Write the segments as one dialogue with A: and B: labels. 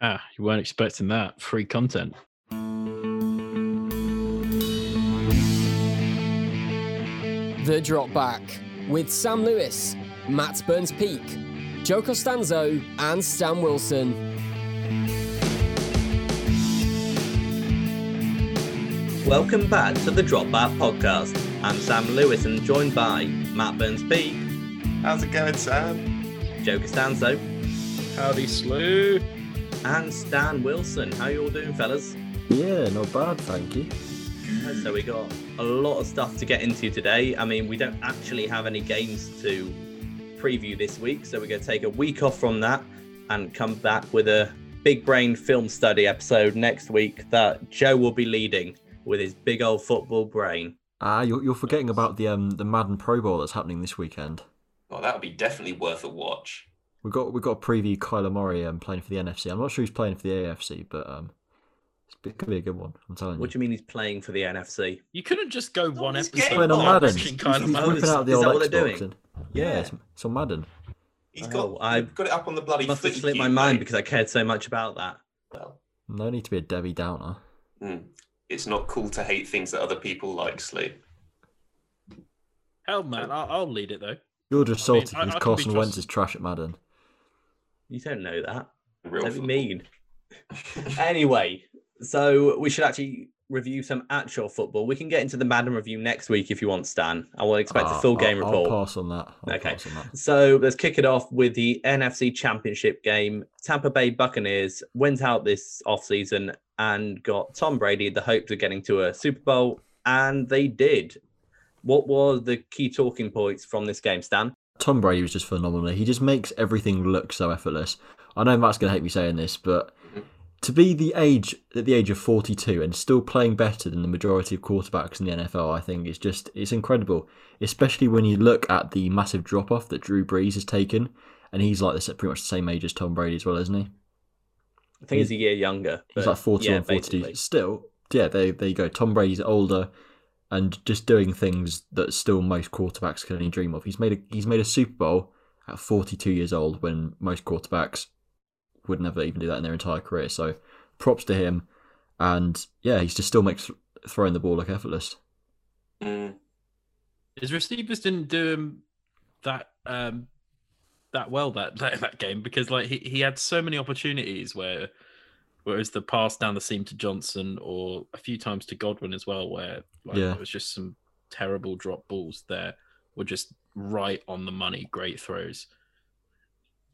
A: Ah, you weren't expecting that. Free content.
B: The Drop Back with Sam Lewis, Matt Burns Peak, Joe Costanzo, and Stan Wilson.
C: Welcome back to the Drop Back Podcast. I'm Sam Lewis and joined by Matt Burns Peak,
D: How's it going, Sam?
C: Joe Costanzo,
E: Howdy, Slew.
C: and Stan Wilson. How you all doing, fellas?
F: Yeah, not bad, thank you.
C: So we got a lot of stuff to get into today. I mean, we don't actually have any games to preview this week, so we're going to take a week off from that and come back with a big brain film study episode next week that Joe will be leading with his big old football brain.
F: Ah, you're, you're forgetting about the um the Madden Pro Bowl that's happening this weekend.
D: Well, Oh, that would be definitely worth a watch.
F: We got we got to preview Kyler Murray um, playing for the NFC. I'm not sure he's playing for the AFC, but um, it's- it could be a good one. I'm telling
C: What do
F: you.
C: you mean he's playing for the NFC?
E: You couldn't just go one
D: he's
E: episode.
D: getting
F: Playing on
D: Oh,
E: without
F: Madden.
E: mentioning
F: He's
E: Kyle
C: He's-
E: Murray.
C: he's-
F: whipping out the
C: is
F: old
C: that what
F: Xbox.
C: they're doing?
F: and- yeah,
C: Yeah.
F: it's, it's on Madden.
D: He's got
C: Oh, I-
D: I've got it up on the bloody
C: Must have
D: footy
C: slipped my
D: cube,
C: mind
D: mate.
C: because I cared so much about that.
D: Well,
F: No need to be a Debbie Downer.
D: mm, it's not cool to hate things that other people like, Slew.
E: Hell, man, I'll, I'll lead it though.
F: You're just
E: I mean,
F: salty
E: I- I
F: because
E: can be
F: Carson Wentz
E: trusted.
F: is trash at Madden.
C: You don't know that.
D: Real
C: Don't be
D: football.
C: mean. anyway, so we should actually review some actual football. We can get into the Madden review next week if you want, Stan. I will expect
F: Ah,
C: a full
F: I'll-
C: game report.
F: I'll pass on that. I'll
C: Okay.
F: pass on that.
C: So let's kick it off with the NFC Championship game. Tampa Bay Buccaneers went out this offseason and got Tom Brady the hopes of getting to a Super Bowl, and they did. What were the key talking points from this game, Stan?
F: Tom Brady was just phenomenal. He just makes everything look so effortless. I know Matt's going to hate me saying this, but to be the age at the age of 42 and still playing better than the majority of quarterbacks in the NFL, I think it's just it's incredible. Especially when you look at the massive drop off that Drew Brees has taken, and he's like this at pretty much the same age as Tom Brady as well, isn't he?
C: I think he's a year younger. but
F: He's Mm. like 41, 42.
C: basically.
F: Still, yeah, there, there you go. Tom Brady's older and just doing things that still most quarterbacks can only dream of. He's made a, he's made a Super Bowl at 42 years old when most quarterbacks would never even do that in their entire career. So props to him. And yeah, he's just still makes throwing the ball look effortless.
D: Mm,
E: His receivers didn't do him that um, that well that, that that game because like he, he had so many opportunities where whereas the pass down the seam to Johnson or a few times to Godwin as well where like
F: Yeah.
E: it was just some terrible drop balls there were just right on the money great throws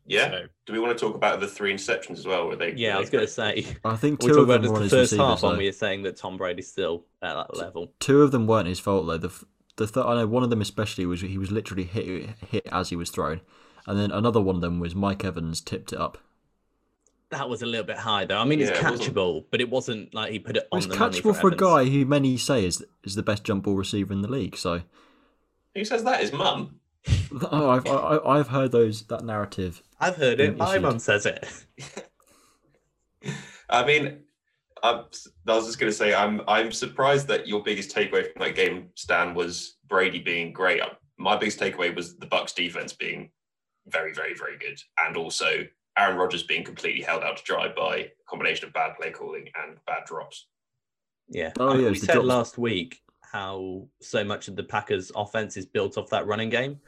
D: yeah.
E: so,
D: Do we want to talk about the three interceptions as well? Were they?
C: Yeah, I was going to say.
F: I think
C: We
F: two
C: talked
F: of
C: about
F: them
C: this
F: were on
C: the
F: his
C: first
F: receivers.
C: half when
F: though.
C: we were saying that Tom Brady's still at that level.
F: two of them weren't his fault though. The f- the th- I know one of them especially was he was literally hit hit as he was thrown, and then another one of them was Mike Evans tipped it up.
C: That was a little bit high though. I mean, it's
D: Yeah, it wasn't-
C: catchable, but it wasn't like he put it
F: It
C: on
F: was
C: the money
F: catchable for a
C: Evans.
F: guy who many say is is the best jump ball receiver in the league. So
D: Who says that? His mum.
F: oh, I've I, I've heard those that narrative.
C: I've heard it.
F: Mm,
C: My
F: issued.
C: mum says it.
D: I mean, I'm, I was just going to say, I'm I'm surprised that your biggest takeaway from that game, Stan, was Brady being great. Um, My biggest takeaway was the Bucks defense being very, very, very good, and also Aaron Rodgers being completely held out to dry by a combination of bad play calling and bad drops.
C: Yeah.
F: Oh,
C: I-
F: yeah, it
C: we
F: was the
C: said
F: drops.
C: last week how so much of the Packers' offense is built off that running game,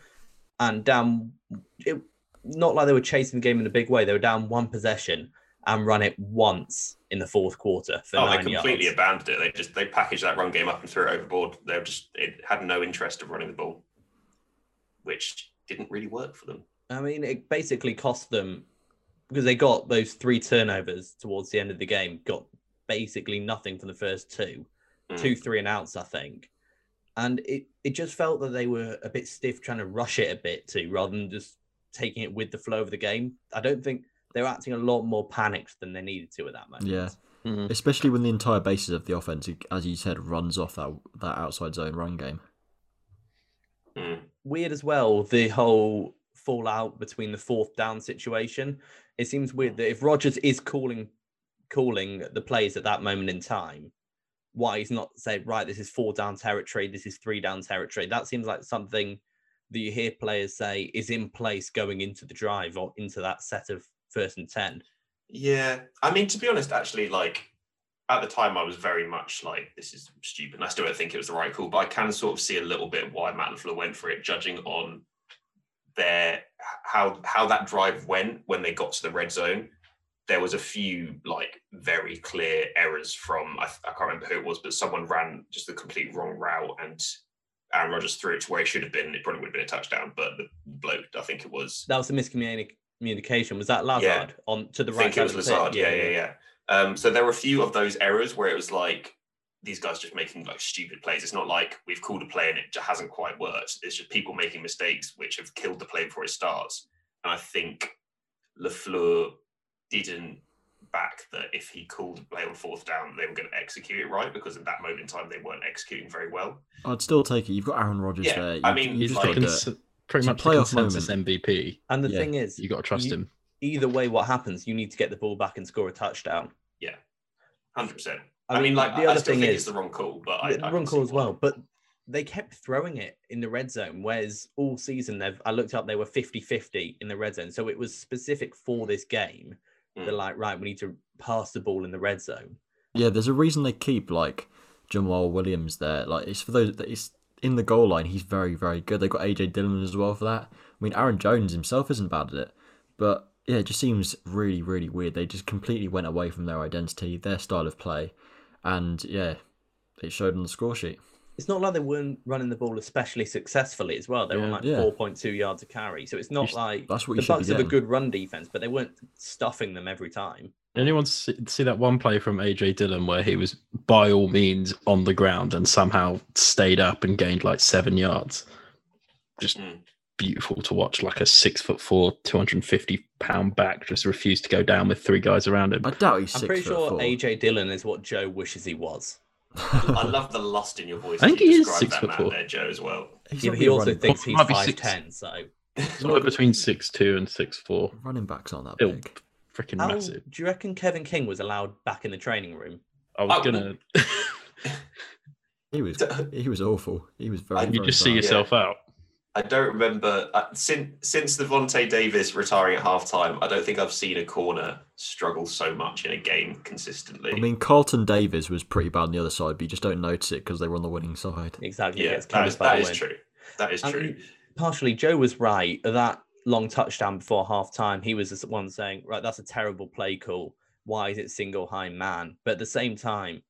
C: and down. It, not like they were chasing the game in a big way. They were down one possession and run it once in the fourth quarter for
D: oh,
C: nine
D: they completely
C: yards.
D: abandoned it. They just they packaged that run game up and threw it overboard. They just it had no interest of running the ball, which didn't really work for them.
C: I mean, it basically cost them because they got those three turnovers towards the end of the game, got basically nothing from the first two,
D: Mm.
C: two three and outs, I think. And it, it just felt that they were a bit stiff trying to rush it a bit too, rather than just taking it with the flow of the game. I don't think they were acting a lot more panicked than they needed to at that moment.
F: Yeah.
E: Mhm.
F: Especially when the entire basis of the offense, as you said, runs off that that outside zone run game.
D: Mm.
C: weird as well the whole fallout between the fourth down situation. It seems weird that if Rogers is calling calling the plays at that moment in time, why he's not said right, this is four down territory, this is three down territory. That seems like something that you hear players say is in place going into the drive or into that set of first and ten.
D: Yeah, I mean, to be honest, actually, like at the time, I was very much like, "This is stupid." And I still don't think it was the right call, but I can sort of see a little bit why Matt Lafleur went for it, judging on their how how that drive went when they got to the red zone. There was a few like very clear errors from I, I can't remember who it was, but someone ran just the complete wrong route, and Aaron Rodgers threw it to where it should have been. It probably would have been a touchdown, but the bloke, I think it was
C: That was a miscommunication. Was that Lazard on to the
D: I
C: right?
D: think it was
C: side of the pitch?
D: Lazard. Yeah, yeah, yeah. Um, so there were a few of those errors where it was like these guys just making like stupid plays. It's not like we've called a play and it just hasn't quite worked. It's just people making mistakes which have killed the play before it starts. And I think Lafleur didn't back that if he called a play on fourth down, they were going to execute it right because at that moment in time they weren't executing very well.
F: I'd still take it. You've got Aaron Rodgers
D: Yeah,
F: there.
D: I
F: You-
D: mean,
F: you
A: He's
D: He's
F: just
A: the
D: like-
F: gotta do it.
A: cons- pretty
F: It's a
A: much the
F: playoff
A: consensus
F: moment.
A: MVP.
C: And the
F: Yeah.
C: thing is,
A: You got to trust
C: you-
A: him.
C: Either way, what happens? You need to get the ball back and score a touchdown.
D: Hundred percent. I, mean, like I still think it's the wrong call, but I,
C: the,
D: I
C: the wrong
D: can see
C: call as
D: why.
C: well. But they kept throwing it in the red zone, whereas all season they've I looked up they were 50-50 in the red zone. So it was specific for this game. They're
D: Mm.
C: like, right, we need to pass the ball in the red zone.
F: Yeah, there's a reason they keep like Jamal Williams there. Like it's for those that it's in the goal line. He's very very good. They have got AJ Dillon as well for that. I mean, Aaron Jones himself isn't bad at it, but yeah, it just seems really really weird. They just completely went away from their identity, their style of play, and yeah, it showed on the score sheet.
C: It's not like they weren't running the ball especially successfully as well. They were
A: Yeah.
C: like
F: Yeah.
C: 4.2 yards a carry. So it's not
A: sh-
C: like
F: That's what
C: the
F: you should be
C: Bucks have a
F: getting.
C: good run defense, but they weren't stuffing them every time.
A: Anyone see, see that one play from AJ Dillon where he was by all means on the ground and somehow stayed up and gained like seven yards? Just
D: Mm.
A: beautiful to watch. Like a six foot four, 250 pound back just refused to go down with three guys around him.
F: I doubt he's
C: I'm
F: six
C: pretty
F: foot
C: sure
F: four.
C: AJ Dillon is what Joe wishes he was.
D: I love the lust in your voice.
A: I
D: as
A: think
D: you
A: he is
D: describe
A: six
D: that
A: foot
D: man
A: four.
D: There, Joe, as well.
F: He's
C: Yeah,
F: not
C: but he
F: really
C: also
F: running
C: thinks
F: back-
E: Well,
C: he's
E: might be six.
C: 5'10, so
A: Somewhere between six two and six four.
F: running backs aren't that
A: Still
F: big.
A: freaking
C: How
A: massive.
C: do you reckon Kevin King was allowed back in the training room?
A: I was
D: Oh,
A: gonna.
F: He was he was awful. He was very.
D: I-
F: very
A: you just see
F: bad.
A: yourself out.
D: I don't remember uh, since since Devonte Davis retiring at halftime. I don't think I've seen a corner struggle so much in a game consistently.
F: I mean, Carlton Davis was pretty bad on the other side, but you just don't notice it because they were on the winning side.
C: Exactly.
D: yeah,
C: gets
D: that
C: covered
D: is,
C: by
D: that
C: the
D: is
C: wind.
D: true. That is
C: I
D: true.
C: mean, partially, Joe was right. That long touchdown before half time, he was the one saying, right, that's a terrible play call. Why is it single high man? But at the same time,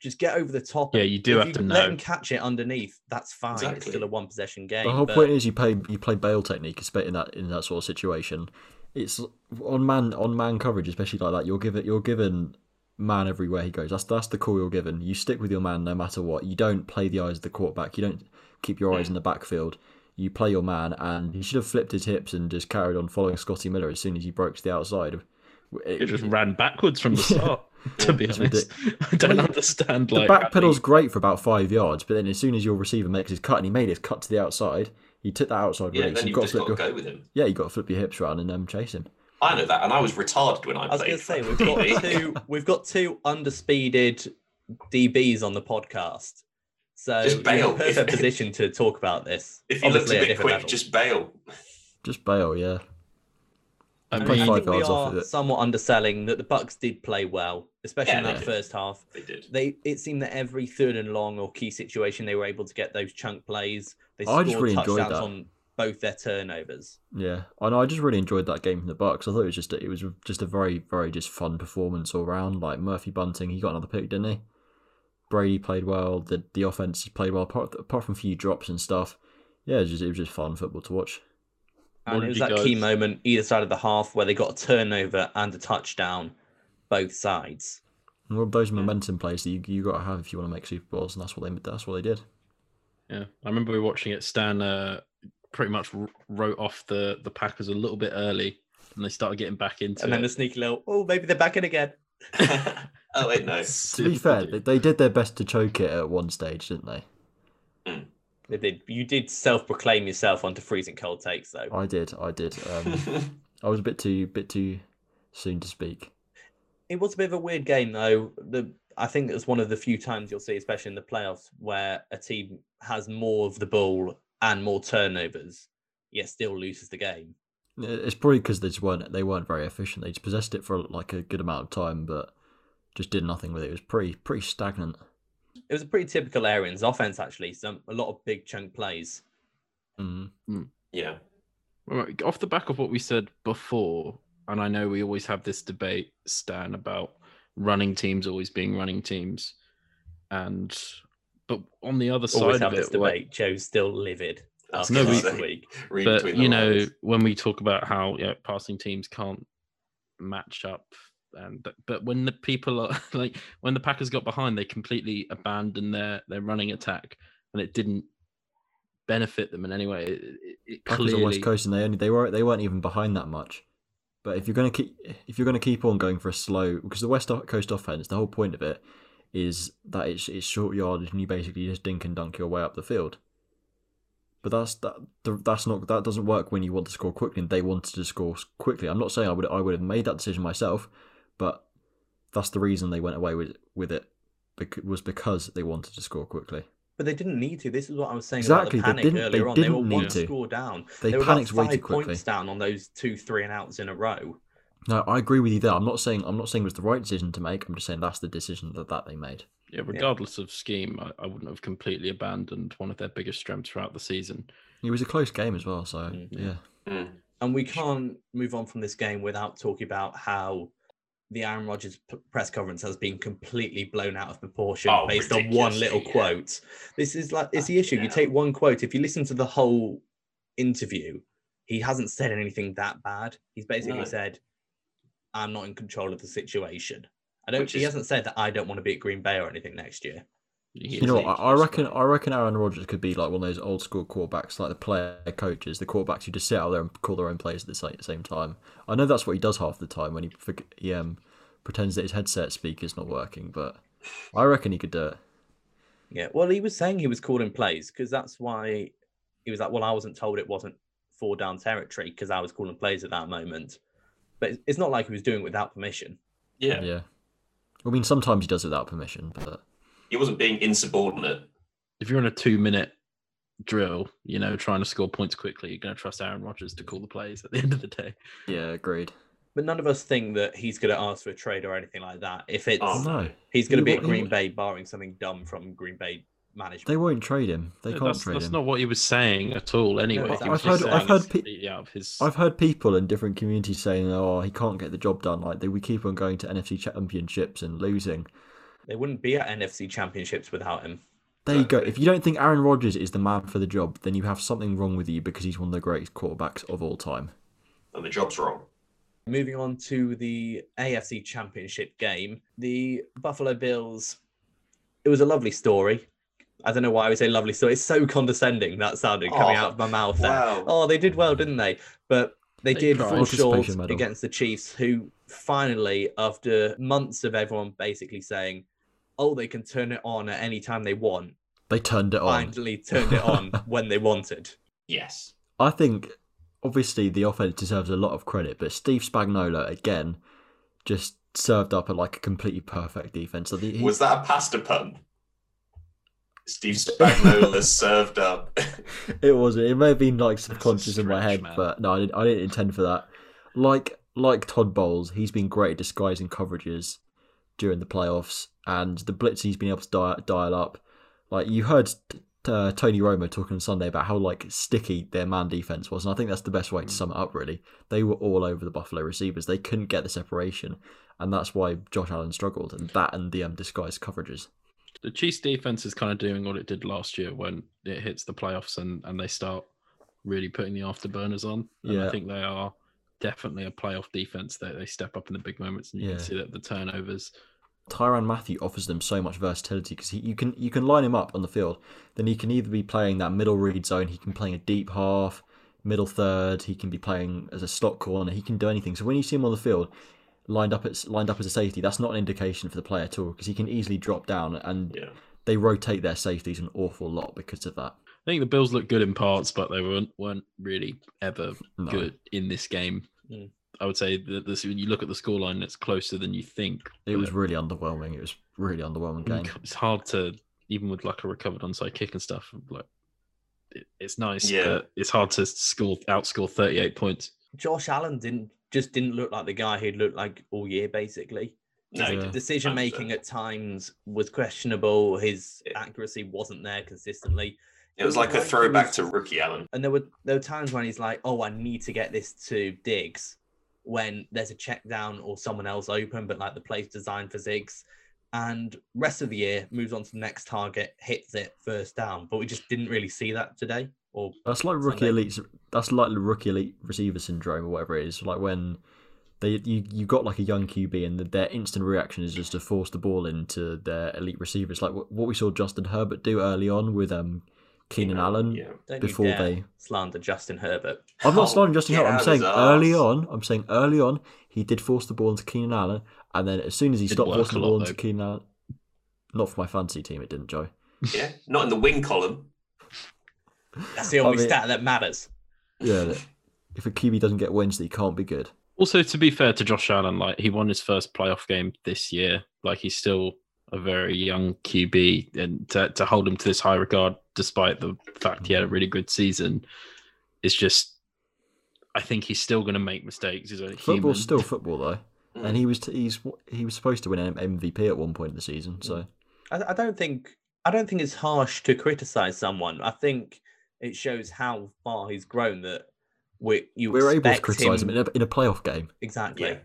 C: just get over the top.
A: Yeah,
C: and
A: you do
C: if
A: have to
C: Let
A: know.
C: him catch it underneath. That's fine. It's
D: Exactly.
C: still a one possession game.
F: The whole
C: but
F: point is you play you play bail technique, espe- in that in that sort of situation. It's on man on man coverage, especially like that. You're given you're given man everywhere he goes. That's that's the call you're given. You stick with your man no matter what. You don't play the eyes of the quarterback. You don't keep your eyes in the backfield. You play your man, and he should have flipped his hips and just carried on following Scotty Miller as soon as he broke to the outside. It-
A: It just ran backwards from the start. to be
F: It's
A: honest, I don't
F: Well,
A: understand.
F: the
A: Like
F: back pedal's great for about five yards, but then as soon as your receiver makes his cut, and he made his cut to the outside, he took that outside
D: yeah,
F: release.
D: then
F: you've
D: you've
F: got to
D: just
F: flip
D: got to
F: your
D: go with him.
F: yeah, you got to flip your hips around and um, chase him.
D: I know that, and I was retarded when I,
C: I was
D: played.
C: going to say,
D: for
C: we've
D: DB.
C: got, two, we've got two underspeeded DBs on the podcast. So
D: Just
C: you're in
D: bail.
C: perfect position to talk about this.
D: If you looked
C: Obviously
D: a
C: at
D: bit
C: different
D: quick,
C: levels.
D: just bail.
F: Just bail, yeah.
A: I
F: Play
C: I
A: mean,
F: five
C: think we
F: yards off
C: are
F: with it.
C: somewhat underselling that the Bucks did play well, especially
D: Yeah,
C: in
D: they
C: that
D: did.
C: first half.
D: They did.
C: They it seemed that every third and long or key situation they were able to get those chunk plays. They
F: I
C: scored
F: just really enjoyed
C: touchdowns
F: that.
C: on both their turnovers.
F: Yeah, I know. I just really enjoyed that game from the Bucks. I thought it was just it was just a very very just fun performance all round. Like Murphy Bunting, he got another pick, didn't he? Brady played well. The the offense played well, apart, apart from a few drops and stuff. Yeah, it was just, it was just fun football to watch.
C: And
A: What
C: it
A: did
C: was
A: you
C: that key
A: guys-
C: moment either side of the half where they got a turnover and a touchdown, both sides.
F: And all of those momentum plays that you you got to have if you want to make Super Bowls, and that's what they that's what they did.
A: yeah, I remember we watching it. Stan uh, pretty much w- wrote off the the Packers a little bit early, and they started getting back into
C: and then the
A: it.
C: sneaky little, oh, maybe they're back in again.
D: oh wait, no.
F: To be
A: Stupid
F: fair,
A: dude.
F: they, they did their best to choke it at one stage, didn't they?
C: They did. You did self-proclaim yourself onto freezing cold takes though.
F: I did, I did. Um, I was a bit too bit too soon to speak.
C: It was a bit of a weird game, though. The I think it's one of the few times you'll see, especially in the playoffs, where a team has more of the ball and more turnovers, yet still loses the game.
F: It's probably because they just weren't they weren't very efficient. They just possessed it for like a good amount of time, but just did nothing with it. It was pretty pretty stagnant.
C: It was a pretty typical Arians offense, actually. Some a lot of big chunk plays.
F: Mm.
D: Yeah.
E: Right, Off the back of what we said before, and I know we always have this debate, Stan, about running teams always being running teams, and but on the other
C: Always
E: side
C: have
E: of
C: this
E: it,
C: debate.
E: like,
C: Joe's still livid after
E: No,
C: last
D: we-
C: week.
D: Read
E: but
D: between the
E: you know
D: lines.
E: when we talk about how you know, passing teams can't match up, and but, but when the people are like when the Packers got behind, they completely abandoned their their running attack, and it didn't benefit them in any way. It, it- it
F: Packers on
E: clearly
F: West Coast, and they only they were they weren't even behind that much. But if you're gonna keep if you're gonna keep on going for a slow because the West Coast offense, the whole point of it is that it's it's short yardage and you basically just dink and dunk your way up the field. But that's that that's not that doesn't work when you want to score quickly and they wanted to score quickly. I'm not saying I would I would have made that decision myself, but that's the reason they went away with with it bec- was because they wanted to score quickly.
C: But they didn't need to. This is what I was saying
F: Exactly, they
C: about the panic
F: didn't-
C: earlier
F: they
C: on. they
F: didn't
C: were
F: need
C: one
F: to.
C: score down.
F: They,
C: were about
F: panicked way
C: five
F: too quickly.
C: points down on those two three and outs in a row.
F: No, I agree with you there. I'm not saying I'm not saying it was the right decision to make. I'm just saying that's the decision that, that they made.
E: Yeah, regardless of scheme, I, I wouldn't have completely abandoned one of their biggest strengths throughout the season.
F: It was a close game as well, so
C: Mm.
F: yeah.
D: Mm.
C: And we can't move on from this game without talking about how the Aaron Rodgers p- press conference has been completely blown out of proportion
D: Oh,
C: based on one little
D: ridiculously, yeah.
C: quote. This is like it's the issue. You
D: yeah.
C: take one quote. If you listen to the whole interview, he hasn't said anything that bad. He's basically
D: No.
C: said, "I'm not in control of the situation." I don't.
D: Which
C: He
D: is-
C: hasn't said that I don't want to be at Green Bay or anything next year.
F: You know, what, I, I reckon I reckon Aaron Rodgers could be like one of those old school quarterbacks, like the player coaches, the quarterbacks who just sit out there and call their own plays at the sa- same time. I know that's what he does half the time when he, forg- he um, pretends that his headset speaker's not working, but I reckon he could do it.
C: Yeah. Well, he was saying he was calling plays because that's why he was like, well, I wasn't told it wasn't four down territory because I was calling plays at that moment. But it's- it's not like he was doing it without permission.
D: Yeah.
F: yeah. I mean, sometimes he does it without permission, but
D: He wasn't being insubordinate.
E: If you're on a two minute drill, you know, trying to score points quickly, you're going to trust Aaron Rodgers to call the plays at the end of the day.
F: yeah, agreed.
C: But none of us think that he's going to ask for a trade or anything like that. If it's
D: Oh,
F: no,
C: he's going to
F: he
C: be at
F: wa- he
C: Green
F: wa-
C: Bay, barring something dumb from Green Bay management.
F: they won't trade him. They
E: No,
F: can't
E: that's
F: trade
E: that's
F: him.
E: not what he was saying at all, anyway.
C: I've
E: he was
C: heard-
E: just
C: I've
E: saying
F: heard
E: it's
F: pe-
E: completely out of his.
F: I've heard people in different communities saying, "Oh, he can't get the job done." Like they, we keep on going to NFC Championships and losing.
C: They wouldn't be at NFC championships without him.
F: There you go. If you don't think Aaron Rodgers is the man for the job, then you have something wrong with you because he's one of the greatest quarterbacks of all time.
D: And the job's wrong.
C: Moving on to the AFC Championship game, the Buffalo Bills. It was a lovely story. I don't know why I would say lovely story. It's so condescending that sounded coming
D: Oh,
C: out of my mouth there.
D: Wow.
C: Oh, they did well, didn't they? But they,
E: They
C: did
E: tried.
C: fall
F: Participation
C: short
F: medal.
C: against the Chiefs, who finally, after months of everyone basically saying, "Oh, they can turn it on at any time they want,"
F: They turned it on.
C: finally turned it on when they wanted.
D: Yes.
F: I think obviously the offense deserves a lot of credit, but Steve Spagnuolo again just served up a like a completely perfect defense. So the, he,
D: Was that a pasta pun? Steve Spagnuolo served up.
F: It was. It may have been like
E: a
F: subconscious in my
E: stretch,
F: head,
E: man.
F: but no, I didn't. I didn't intend for that. Like like Todd Bowles, he's been great at disguising coverages during the playoffs, and the blitz he's been able to dial, dial up. Like you heard t- uh, Tony Romo talking on Sunday about how like sticky their man defense was, and I think that's the best
E: Hmm.
F: way to sum it up. Really, they were all over the Buffalo receivers. They couldn't get the separation, and that's why Josh Allen struggled. And that and the um, disguised coverages.
E: The Chiefs' defense is kind of doing what it did last year when it hits the playoffs and, and they start really putting the afterburners on. And
F: Yeah.
E: I think they are definitely a playoff defense. They, they step up in the big moments and you
F: Yeah.
E: can see that the turnovers.
F: Tyron Matthew offers them so much versatility because you can you can line him up on the field. Then he can either be playing that middle read zone, he can play a deep half, middle third, he can be playing as a slot corner, he can do anything. So when you see him on the field, lined up at, lined up as a safety, that's not an indication for the player at all because he can easily drop down and
D: Yeah.
F: they rotate their safeties an awful lot because of that.
E: I think the Bills look good in parts, but they weren't, weren't really ever
F: No.
E: good in this game.
C: Mm.
E: I would say that this, when you look at the scoreline, it's closer than you think.
F: It was
E: but
F: really underwhelming. It was really underwhelming
E: you
F: game.
E: c- Mm. it's hard to even with like a recovered onside kick and stuff. Like it, it's nice,
D: Yeah.
E: but it's hard to score outscore thirty eight points.
C: Josh Allen didn't just didn't look like the guy who'd looked like all year basically.
D: No,
F: Yeah.
C: The decision making
D: Absolutely.
C: at times was questionable. His accuracy wasn't there consistently.
D: it was like a throwback to rookie Allen.
C: and there were there were times when he's like, "Oh, I need to get this to Diggs," when there's a check down or someone else open, but like the play's designed for Ziggs. And rest of the year moves on to the next target, hits it first down. But we just didn't really see that today. Or
F: That's like rookie
C: Sunday.
F: elites. That's like the rookie elite receiver syndrome or whatever it is. Like when they you you got like a young QB and their instant reaction is just to force the ball into their elite receivers. Like what, what we saw Justin Herbert do early on with um Keenan Allen.
D: Yeah.
C: don't
F: Before
C: you dare
F: they-
C: slander Justin Herbert.
F: I'm not
D: Oh,
F: slamming Justin
D: get
F: Herbert. I'm
D: out
F: saying
D: his
F: early
D: arse.
F: on. I'm saying early on he did force the ball into Keenan Allen, and then as soon as he
A: Did
F: stopped
A: work
F: forcing
A: a
F: the
A: lot,
F: ball into
A: though.
F: Keenan Allen, not for my fantasy team, it didn't, Joy.
D: Yeah. Not in the win column.
C: That's the
F: I
C: only
F: mean-
C: stat that matters.
F: Yeah, if a QB doesn't get wins, he can't be good.
E: Also, to be fair to Josh Allen, like he won his first playoff game this year. Like he's still a very young QB, and to, to hold him to this high regard, despite the fact he had a really good season, is just. I think he's still going to make mistakes. He's a human.
F: Football's still football though, and
C: Mm.
F: he was he's he was supposed to win an MVP at one point in the season. So
C: I, I don't think I don't think it's harsh to criticize someone. I think it shows how far he's grown that we you
F: we were able to
C: expect
F: criticize him,
C: him-
F: in, a, in a playoff game.
C: exactly.
D: Yeah.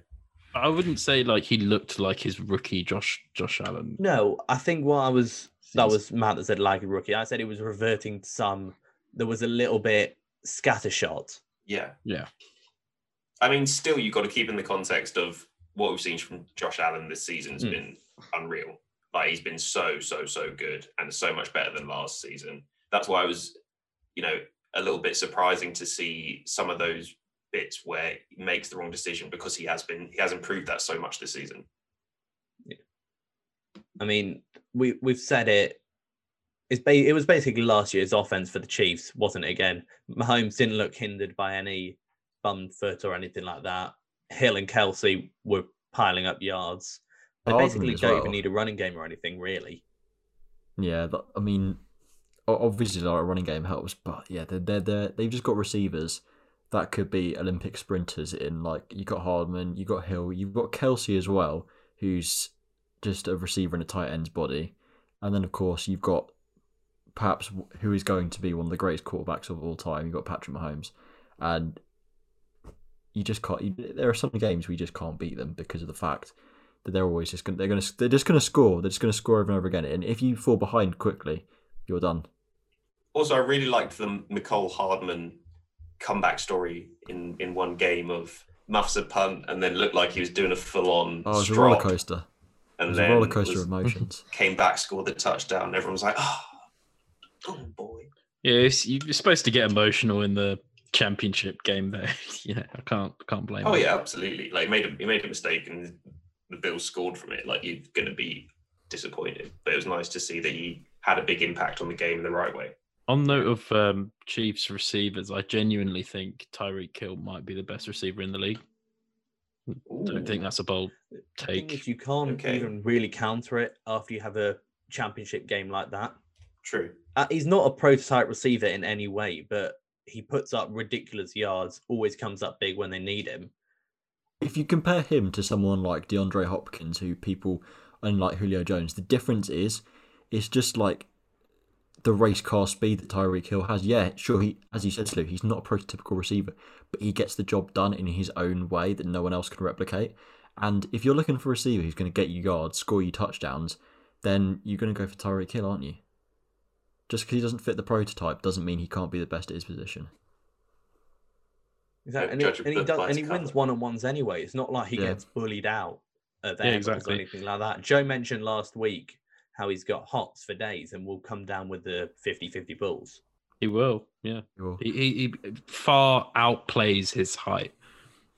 E: I wouldn't say like he looked like his rookie Josh Josh Allen.
C: No, I think what I was that
E: Seems-
C: was Matt that said like a rookie. I said it was reverting to some that was a little bit scattershot.
D: Yeah.
E: Yeah.
D: I mean, still, you've got to keep in the context of what we've seen from Josh Allen this season
F: Hmm.
D: has
C: Mm.
D: been unreal. Like, he's been so, so, so good and so much better than last season. That's why I was, you know, a little bit surprising to see some of those bits where he makes the wrong decision because he has been, he has improved that so much this season.
C: I mean, we we've said it. It's ba- it was basically last year's offense for the Chiefs, wasn't it? Again, Mahomes didn't look hindered by any bum foot or anything like that. Hill and Kelsey were piling up yards. They
F: Hardman
C: basically
F: as
C: don't
F: well.
C: even need a running game or anything, really.
F: Yeah, that, I mean, o- obviously like, a running game helps, but yeah, they're, they're, they're they've just got receivers that could be Olympic sprinters. In like you got Hardman, you got Hill, you've got Kelsey as well, who's just a receiver in a tight end's body, and then of course you've got perhaps w- who is going to be one of the greatest quarterbacks of all time. You've got Patrick Mahomes, and you just can't. You, there are some games we just can't beat them because of the fact that they're always just gonna, they're gonna they're just gonna score. They're just gonna score over and over again. And if you fall behind quickly, you're done.
D: Also, I really liked the Nicole Hardman comeback story in, in one game of muffs a punt and then looked like he was doing a full on
F: Oh, it's a roller
D: strop.
F: coaster.
D: and
F: It's a
D: then
F: roller coaster
D: was-
F: of emotions.
D: came back, scored the touchdown, and everyone was like, oh, oh boy.
E: Yeah, it's, you're supposed to get emotional in the championship game. There, yeah, I can't can't blame.
D: Oh
E: him.
D: yeah, absolutely. Like made a he made a mistake and the Bills scored from it. Like you're gonna be disappointed. But it was nice to see that he had a big impact on the game in the right way.
E: On note of um, Chiefs receivers, I genuinely think Tyreek Hill might be the best receiver in the league. Don't think that's a bold
C: The thing
E: take.
C: is, you can't
D: Okay.
C: even really counter it after you have a championship game like that.
D: true.
C: uh, he's not a prototype receiver in any way, but he puts up ridiculous yards, always comes up big when they need him.
F: if you compare him to someone like DeAndre Hopkins, who people and like Julio Jones, the difference is it's just like the race car speed that Tyreek Hill has. Yeah, sure, he as you said, Stu, he's not a prototypical receiver, but he gets the job done in his own way that no one else can replicate. And if you're looking for a receiver who's going to get you yards, score you touchdowns, then you're going to go for Tyreek Hill, aren't you? Just because he doesn't fit the prototype doesn't mean he can't be the best at his position.
C: Exactly.
D: Don't
C: And, he-
D: judge a
C: and he
D: book
C: does,
D: by
C: and
D: its
C: he wins
D: cover.
C: one on ones anyway. It's not like he
F: Yeah.
C: gets bullied out of
E: Yeah,
C: yeah,
E: exactly.
C: or anything like that. Joe mentioned last week how he's got hops for days and will come down with the 50 50 balls.
E: He will, yeah.
F: You're-
E: He, he, he far outplays his height.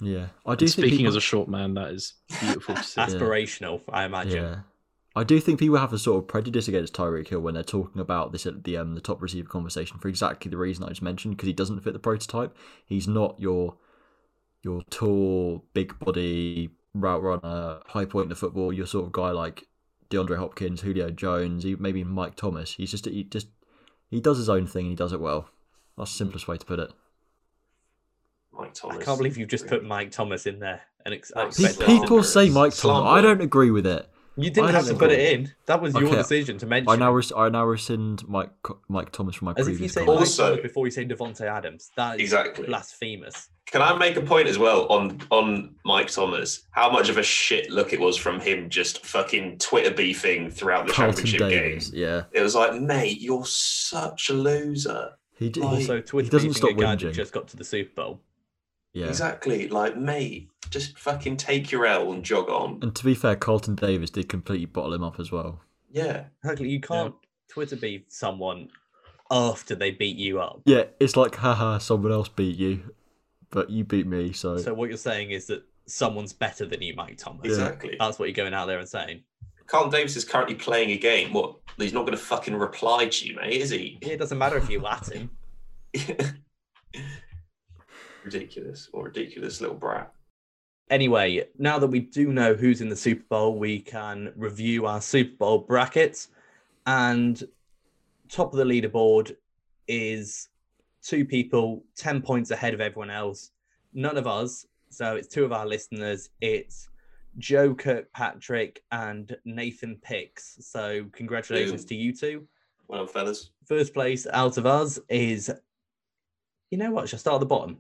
F: Yeah, I do.
E: And
F: think
E: speaking
F: people-
E: as a short man, that is beautiful to see.
C: Aspirational, I imagine.
F: Yeah. I do think people have a sort of prejudice against Tyreek Hill when they're talking about this at the um, the top receiver conversation for exactly the reason I just mentioned because he doesn't fit the prototype. He's not your your tall, big body route runner, high point in the football. Your sort of guy like DeAndre Hopkins, Julio Jones, e- maybe Mike Thomas. He's just he just he does his own thing and he does it well. That's the simplest way to put it.
D: Mike
C: I
D: Thomas.
C: can't believe you just put Mike Thomas in there. And ex- I
D: That's
F: Pe-
C: expect
D: Slander.
F: People say Mike Thomas.
D: Slander.
F: I don't agree with it.
C: you didn't
F: I
C: have
F: don't
C: to
F: know.
C: put it in. That was your
F: Okay.
C: decision to mention.
F: I now res- I now rescind Mike Co- Mike Thomas from my
C: As if you
F: previous.
C: say
F: comment.
D: Also-
C: Mike Thomas before you say Devonte Adams. That is
D: Exactly.
C: blasphemous.
D: Can I make a point as well on on Mike Thomas? How much of a shit look it was from him just fucking Twitter beefing throughout the
F: Carlton
D: championship
F: Davis.
D: game.
F: Yeah,
D: It was like, mate, you're such a loser.
F: he d- he-
C: Also, Twitter
F: he doesn't
C: beefing
F: stop
C: a guy that
F: whinging.
C: just got to the Super Bowl.
F: yeah.
D: Exactly. Like, mate, just fucking take your L and jog on.
F: And to be fair, Carlton Davis did completely bottle him up as well.
D: Yeah.
C: Exactly. You can't Twitter beef someone after they beat you up.
F: Yeah, it's like, haha, someone else beat you, but you beat me, so,
C: So what you're saying is that someone's better than you, Mike Thomas.
D: Exactly.
C: That's what you're going out there and saying.
D: Carlton Davis is currently playing a game. What? He's not going to fucking reply to you, mate, is he?
C: It doesn't matter if you at him.
D: ridiculous. Or ridiculous little brat.
C: Anyway, now that we do know who's in the Super Bowl, we can review our Super Bowl brackets. And top of the leaderboard is two people 10 points ahead of everyone else. None of us. So it's two of our listeners. It's Joe Kirkpatrick and Nathan Picks. So congratulations
D: Ooh.
C: to you two.
D: Well done, fellas.
C: First place out of us is, you know what? Shall I start at the bottom?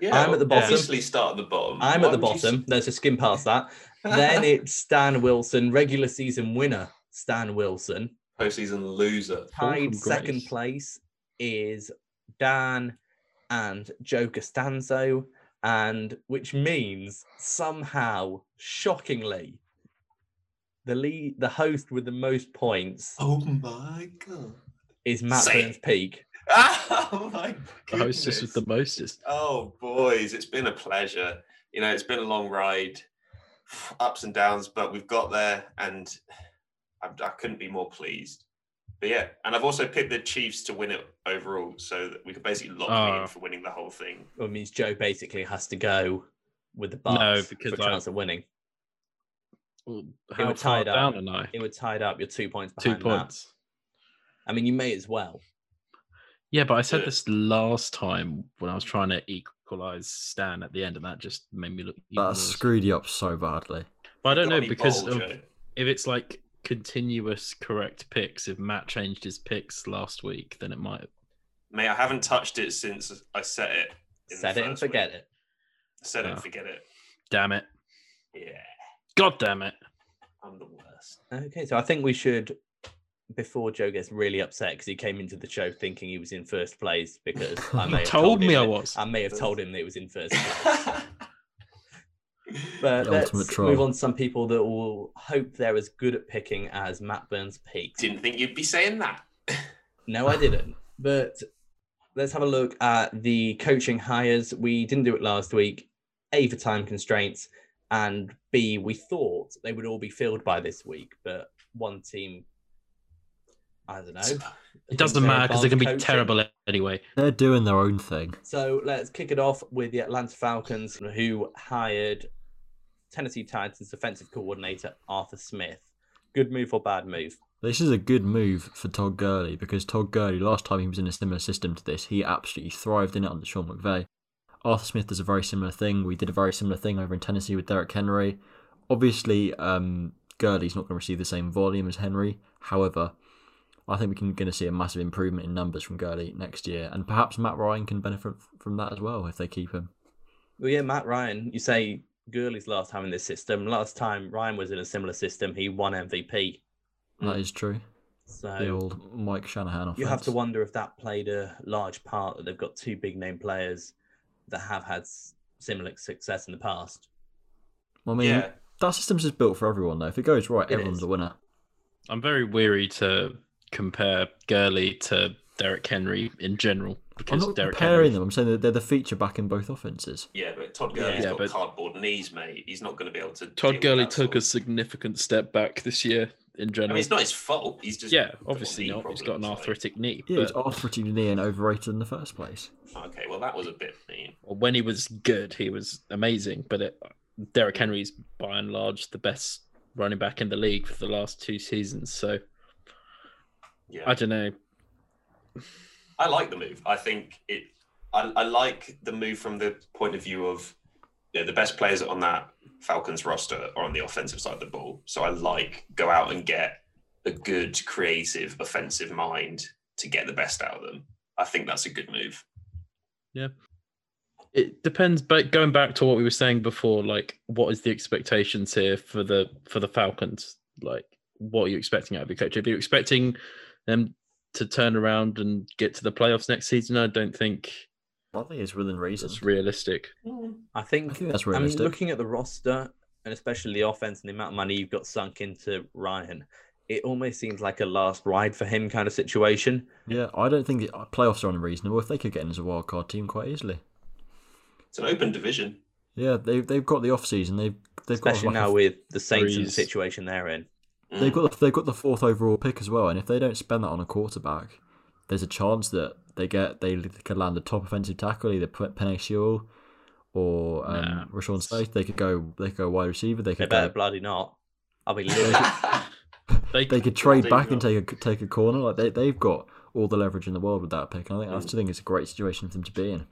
D: Yeah.
C: I'm at the bottom.
D: Obviously, start at the bottom.
C: I'm
D: Why
C: at the
D: would you
C: bottom. Let's just skim past that. then it's Stan Wilson, regular season winner, Stan Wilson.
A: Oh,
D: s- Postseason loser.
A: Fall from
C: Tied second
A: grace.
C: place is Dan and Joe Costanzo, and which means somehow, shockingly, the lead, the host with the most points
D: Oh my god.
C: is Matt
D: Say it.
C: Burns Peak.
D: Oh my
A: The hostess with the
D: goodness.
A: most is
D: Oh boys, it's been a pleasure. You know, it's been a long ride, ups and downs, but we've got there, and I, I couldn't be more pleased. But yeah, and I've also picked the Chiefs to win it overall, so that we could basically lock me
A: Ah.
D: in for winning the whole thing.
C: It means Joe basically has to go with the
A: No,
C: Bucks
A: because
C: for a
A: I-
C: chance of winning.
A: well, how
C: were
A: far
C: tied up.
A: down am I?
C: It would tied up. You're two points
A: Two
C: behind that.
A: points.
C: I mean, you may as well.
A: Yeah, but I said
D: Yeah.
A: this last time when I was trying to equalize Stan at the end, and that just made me look. even
F: that
A: worse.
F: screwed you up so badly.
A: But I don't
D: Got
A: know
D: any
A: because
D: bold,
A: of,
D: Joe?
A: if it's like continuous correct picks, if Matt changed his picks last week, then it might.
D: mate, I haven't touched it since I set it. in the
C: Set it and
D: first week.
C: forget it.
D: Set it
A: Ah.
D: and forget it.
A: Damn it!
D: Yeah,
A: God damn it!
D: I'm the worst.
C: Okay, so I think we should, before Joe gets really upset because he came into the show thinking he was in first place because I may
A: You
C: have
A: told me
C: him
A: I
C: that-
A: was.
C: I may have told him that it was in first. place.
D: but
C: But
F: The
C: let's
F: ultimate
C: move
F: troll.
C: on to some people that will hope they're as good at picking as Matt Burns Peak.
D: didn't think you'd be saying that.
C: No, I didn't. But let's have a look at the coaching hires. We didn't do it last week, A, for time constraints, and B, we thought they would all be filled by this week, but one team, I don't know.
A: It doesn't
C: They're
A: matter because they're going to be
C: above coaching.
A: terrible anyway.
F: They're doing their own thing.
C: So let's kick it off with the Atlanta Falcons, who hired Tennessee Titans defensive coordinator Arthur Smith. Good move or bad move?
F: This is a good move for Todd Gurley because Todd Gurley, last time he was in a similar system to this, he absolutely thrived in it under Sean McVay. Arthur Smith does a very similar thing. We did a very similar thing over in Tennessee with Derek Henry. Obviously, um, Gurley's not going to receive the same volume as Henry. However, I think we can going to see a massive improvement in numbers from Gurley next year, and perhaps Matt Ryan can benefit from that as well if they keep him.
C: Well, yeah, Matt Ryan. You say Gurley's last time in this system. Last time Ryan was in a similar system, he won MVP.
F: That is true. The
C: So
F: old Mike Shanahan offense.
C: Hmm. you have to wonder if that played a large part that they've got two big name players that have had s- similar success in the past.
F: I mean,
D: Yeah.
F: that system's just built for everyone though. If it goes right,
C: It
F: everyone's
C: is.
F: a winner.
A: I'm very weary to compare Gurley to Derek Henry in general
F: I'm
A: because
F: not
A: Derek Henry.
F: comparing them. I'm saying that they're the feature back in both offenses.
D: Yeah, but Todd Gurley's
A: Yeah,
D: got
A: but-
D: cardboard knees, mate. He's not going to be able to. deal
A: Todd
D: with
A: Gurley
D: that
A: took
D: sort
A: a
D: of-
A: significant step back this year in
D: I
A: general.
D: mean, it's not his fault. He's just
A: yeah,
D: got
A: obviously
D: knee
A: not. He's got an
D: problems, like-
A: arthritic knee.
F: Yeah,
A: but-
F: it's arthritic knee and overrated in the first place.
D: Okay, well that was a bit mean.
A: Well, when he was good, he was amazing. But it, Derek Henry's by and large the best running back in the league for the last two seasons. So
D: Yeah,
A: I don't know.
D: I like the move. I think it I, I like the move from the point of view of you know, the best players on that Falcons roster are on the offensive side of the ball. So I like go out and get a good, creative, offensive mind to get the best out of them. I think that's a good move.
E: it depends but going back to what we were saying before like what is the expectations here for the for the falcons like what are you expecting out of your coach if you're expecting them to turn around and get to the playoffs next season i don't think
F: I think it's within reason.
E: it's realistic
C: I think,
F: I think that's
C: I mean,
F: realistic.
C: looking at the roster and especially the offense and the amount of money you've got sunk into Ryan, it almost seems like a last ride for him kind of situation.
F: yeah, I don't think the uh, playoffs are unreasonable. If they could get in as a wild card team quite easily.
D: It's an open division.
F: Yeah, they they've got the off season. They've they've
C: Especially
F: got like a-
C: now with mm. the Saints and the
E: Breeze.
C: situation they're in.
F: They've got they've got the fourth overall pick as well, and if they don't spend that on a quarterback, there's a chance that they get they could land a top offensive tackle, either P- Penei Sewell or um,
E: Nah.
F: Rashawn Slater. They could go they could go wide receiver. They
C: They
F: could
C: better
F: go,
C: bloody not. I'll be livid.
E: they,
F: they could trade
D: they
F: back
D: will.
F: and take a take a corner. Like they they've got all the leverage in the world with that pick, and I think I still think it's a great situation for them to be in.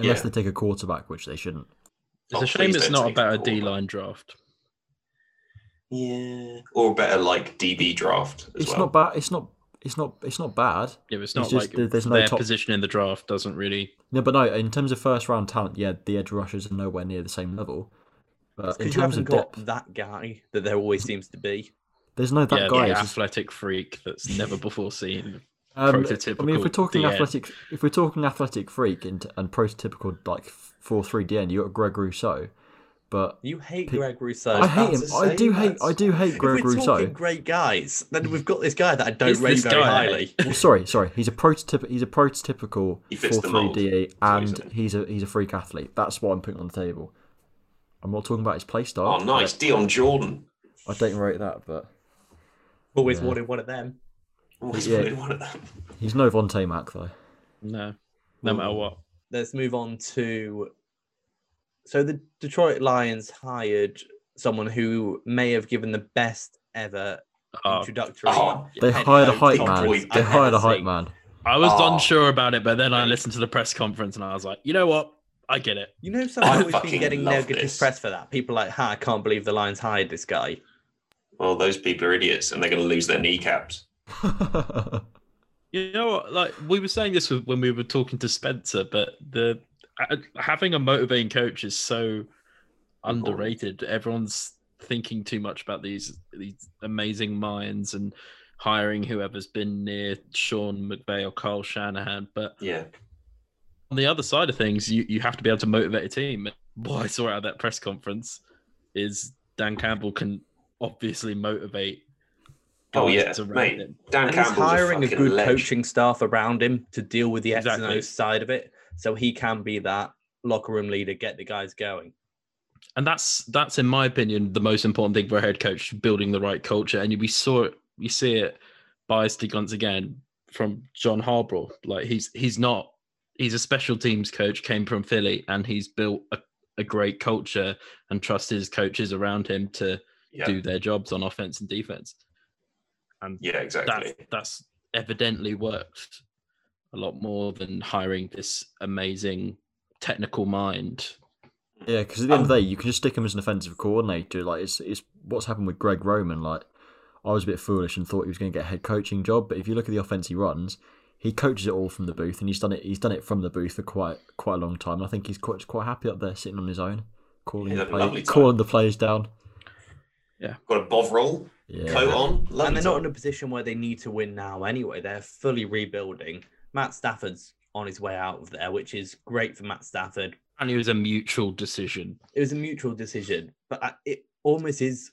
F: Unless
D: Yeah.
F: they take a quarterback, which they shouldn't.
E: it's
D: Oh,
E: a shame
D: please
E: it's
D: don't
E: not
D: take the
E: about a
D: ball.
E: d-line draft
D: yeah, or better like DB draft as
F: It's
D: well.
F: not bad. It's not. It's not. It's not bad.
E: yeah it's not
F: just
E: like
F: that there's no
E: their
F: top-
E: position in the draft doesn't really
F: No, but no, in terms of first round talent, yeah, the edge rushers are nowhere near the same level. But in
C: Because you
F: terms
C: haven't
F: of
C: got
F: depth,
C: that guy that there always seems to be.
F: there's no that
E: yeah
F: guy.
E: the
F: it's just-
E: athletic freak that's never before seen
F: um, I mean, if we're
E: prototypical
F: talking
E: DN.
F: athletic, if we're talking athletic freak and, and prototypical like four three DN, you got Greg Rousseau, but
C: You hate
F: Pe-
C: Greg Rousseau.
F: I hate
D: about
F: him.
D: to
F: I
D: say
F: do hate.
D: that's-
F: I do hate
C: If
F: Greg
C: we're
F: Rousseau.
C: talking great guys, then we've got this guy that I don't
E: Is
C: rate
E: this
C: very
E: guy-
C: highly.
F: Well, sorry, sorry. He's a prototyp. He's a prototypical
D: He fits
F: four
D: the
F: three
D: mould, is
F: DE,
D: what you're
F: and
D: saying.
F: he's a he's a freak athlete. That's what I'm putting on the table. I'm not talking about his play
D: Oh,
F: style.
D: nice, Dion Jordan.
F: I don't rate that, but
C: Always
F: Yeah.
C: wanted one of them.
D: Always
F: Yeah.
D: wanted one of them.
F: he's no Vontae Mack though.
E: no no matter what
C: Let's move on to. So the Detroit Lions hired someone who may have given the best ever
E: Oh,
C: introductory.
D: Oh,
F: They
C: head
F: hired a
D: coach,
F: hype
D: big boys,
F: man. They
D: I've
F: hired a
C: never
F: hype
C: seen.
F: man.
E: I was
F: Ah.
D: Oh.
E: unsure about it, but then I listened to the press conference and I was like, you know what? I get it.
C: You know, someone who's been
D: fucking
C: getting
D: love
C: negative
D: this.
C: press for that. People like, ha, I can't believe the Lions hired this guy.
D: Well, those people are idiots, and they're going to lose their kneecaps.
E: You know what? Like we were saying this with- when we were talking to Spencer, but the uh, having a motivating coach is so underrated. Everyone's thinking too much about these these amazing minds and hiring whoever's been near Sean McVay or Carl Shanahan, but
D: Yeah,
E: on the other side of things, you, you have to be able to motivate a team. What I saw out of that press conference is Dan Campbell can obviously motivate.
D: Oh,
E: guys
D: yeah,
E: around
D: mate.
E: him.
D: Dan
C: And he's
D: Campbell's
C: hiring a,
D: fucking
C: good
D: legend.
C: coaching staff around him to deal with the X and
E: Exactly.
C: O's side of it. So he can be that locker room leader, get the guys going.
E: and that's that's in my opinion the most important thing for a head coach: building the right culture. And we saw it, we see it biasly once again from John Harbaugh. Like he's he's not he's a special teams coach, came from Philly, and he's built a, a great culture and trusts his coaches around him to
D: Yeah,
E: do their jobs on offense and defense.
D: yeah, exactly.
E: that's that's evidently worked a lot more than hiring this amazing technical mind.
F: yeah, because at the end
D: Um,
F: of the day, you can just stick him as an offensive coordinator. Like it's it's what's happened with Greg Roman. Like I was a bit foolish and thought he was going to get a head coaching job, but if you look at the offense he runs, he coaches it all from the booth, and he's done it. He's done it from the booth for quite quite a long time. And I think he's quite quite happy up there, sitting on his own, calling
D: He's
F: the
D: had a
F: play,
D: lovely time.
F: calling the plays down.
D: Got a bov roll, coat
F: Yeah,
D: on,
C: and
D: lovely
C: they're not in
D: time.
C: a position where they need to win now anyway. They're fully rebuilding. Matt Stafford's on his way out of there, which is great for Matt Stafford.
E: And it was a mutual decision.
C: It was a mutual decision, but I- it almost is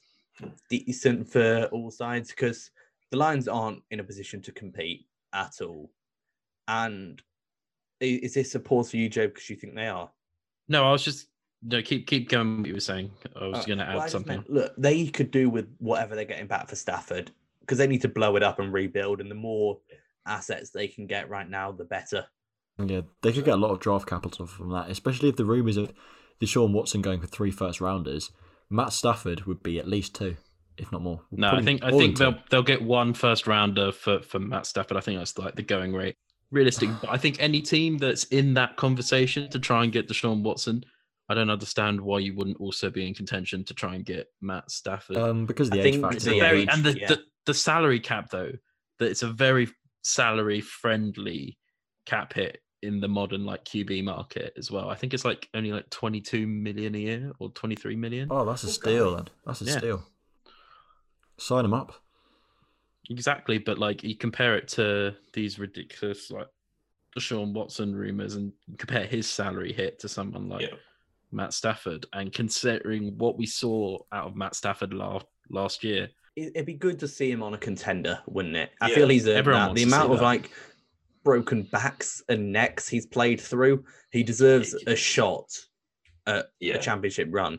C: decent for all sides because the Lions aren't in a position to compete at all. And i- is this support for you, Joe, because you think they are?
E: No, I was just no keep keep going. What you were saying, I was
C: Uh,
E: going to
C: well,
E: add
C: I just
E: something.
C: meant, look, they could do with whatever they're getting back for Stafford because they need to blow it up and rebuild. And the more assets they can get right now, the better.
F: yeah, they could get a lot of draft capital from that, especially if the rumors of Deshaun Watson going for three first rounders. Matt Stafford would be at least two, if not more.
E: No, I
F: Probably
E: think I
F: more
E: think
F: than
E: they'll they'll get one first rounder for for Matt Stafford. I think that's like the going rate. realistic. But I think any team that's in that conversation to try and get Deshaun Watson, I don't understand why you wouldn't also be in contention to try and get Matt Stafford.
F: Um, because of
C: I
F: the age
C: think
F: factor.
E: it's
C: the
E: a
F: of
E: very
F: age.
E: and the,
C: yeah.
E: the the salary cap though that it's a very salary friendly cap hit in the modern like QB market as well. I think it's like only like 22 million a year or 23 million.
F: Oh, that's a steal then. That's a
E: Yeah.
F: steal. Sign him up.
E: Exactly, but like you compare it to these ridiculous like Sean Watson rumors and compare his salary hit to someone like
D: Yeah.
E: Matt Stafford and considering what we saw out of Matt Stafford last last year.
C: it- it'd be good to see him on a contender, wouldn't it? I
D: Yeah.
C: feel he's earned
E: Everyone
C: that.
E: wants
C: The
E: to see
C: amount of
E: that.
C: like broken backs and necks he's played through, he deserves a shot,
D: Yeah.
C: a championship run.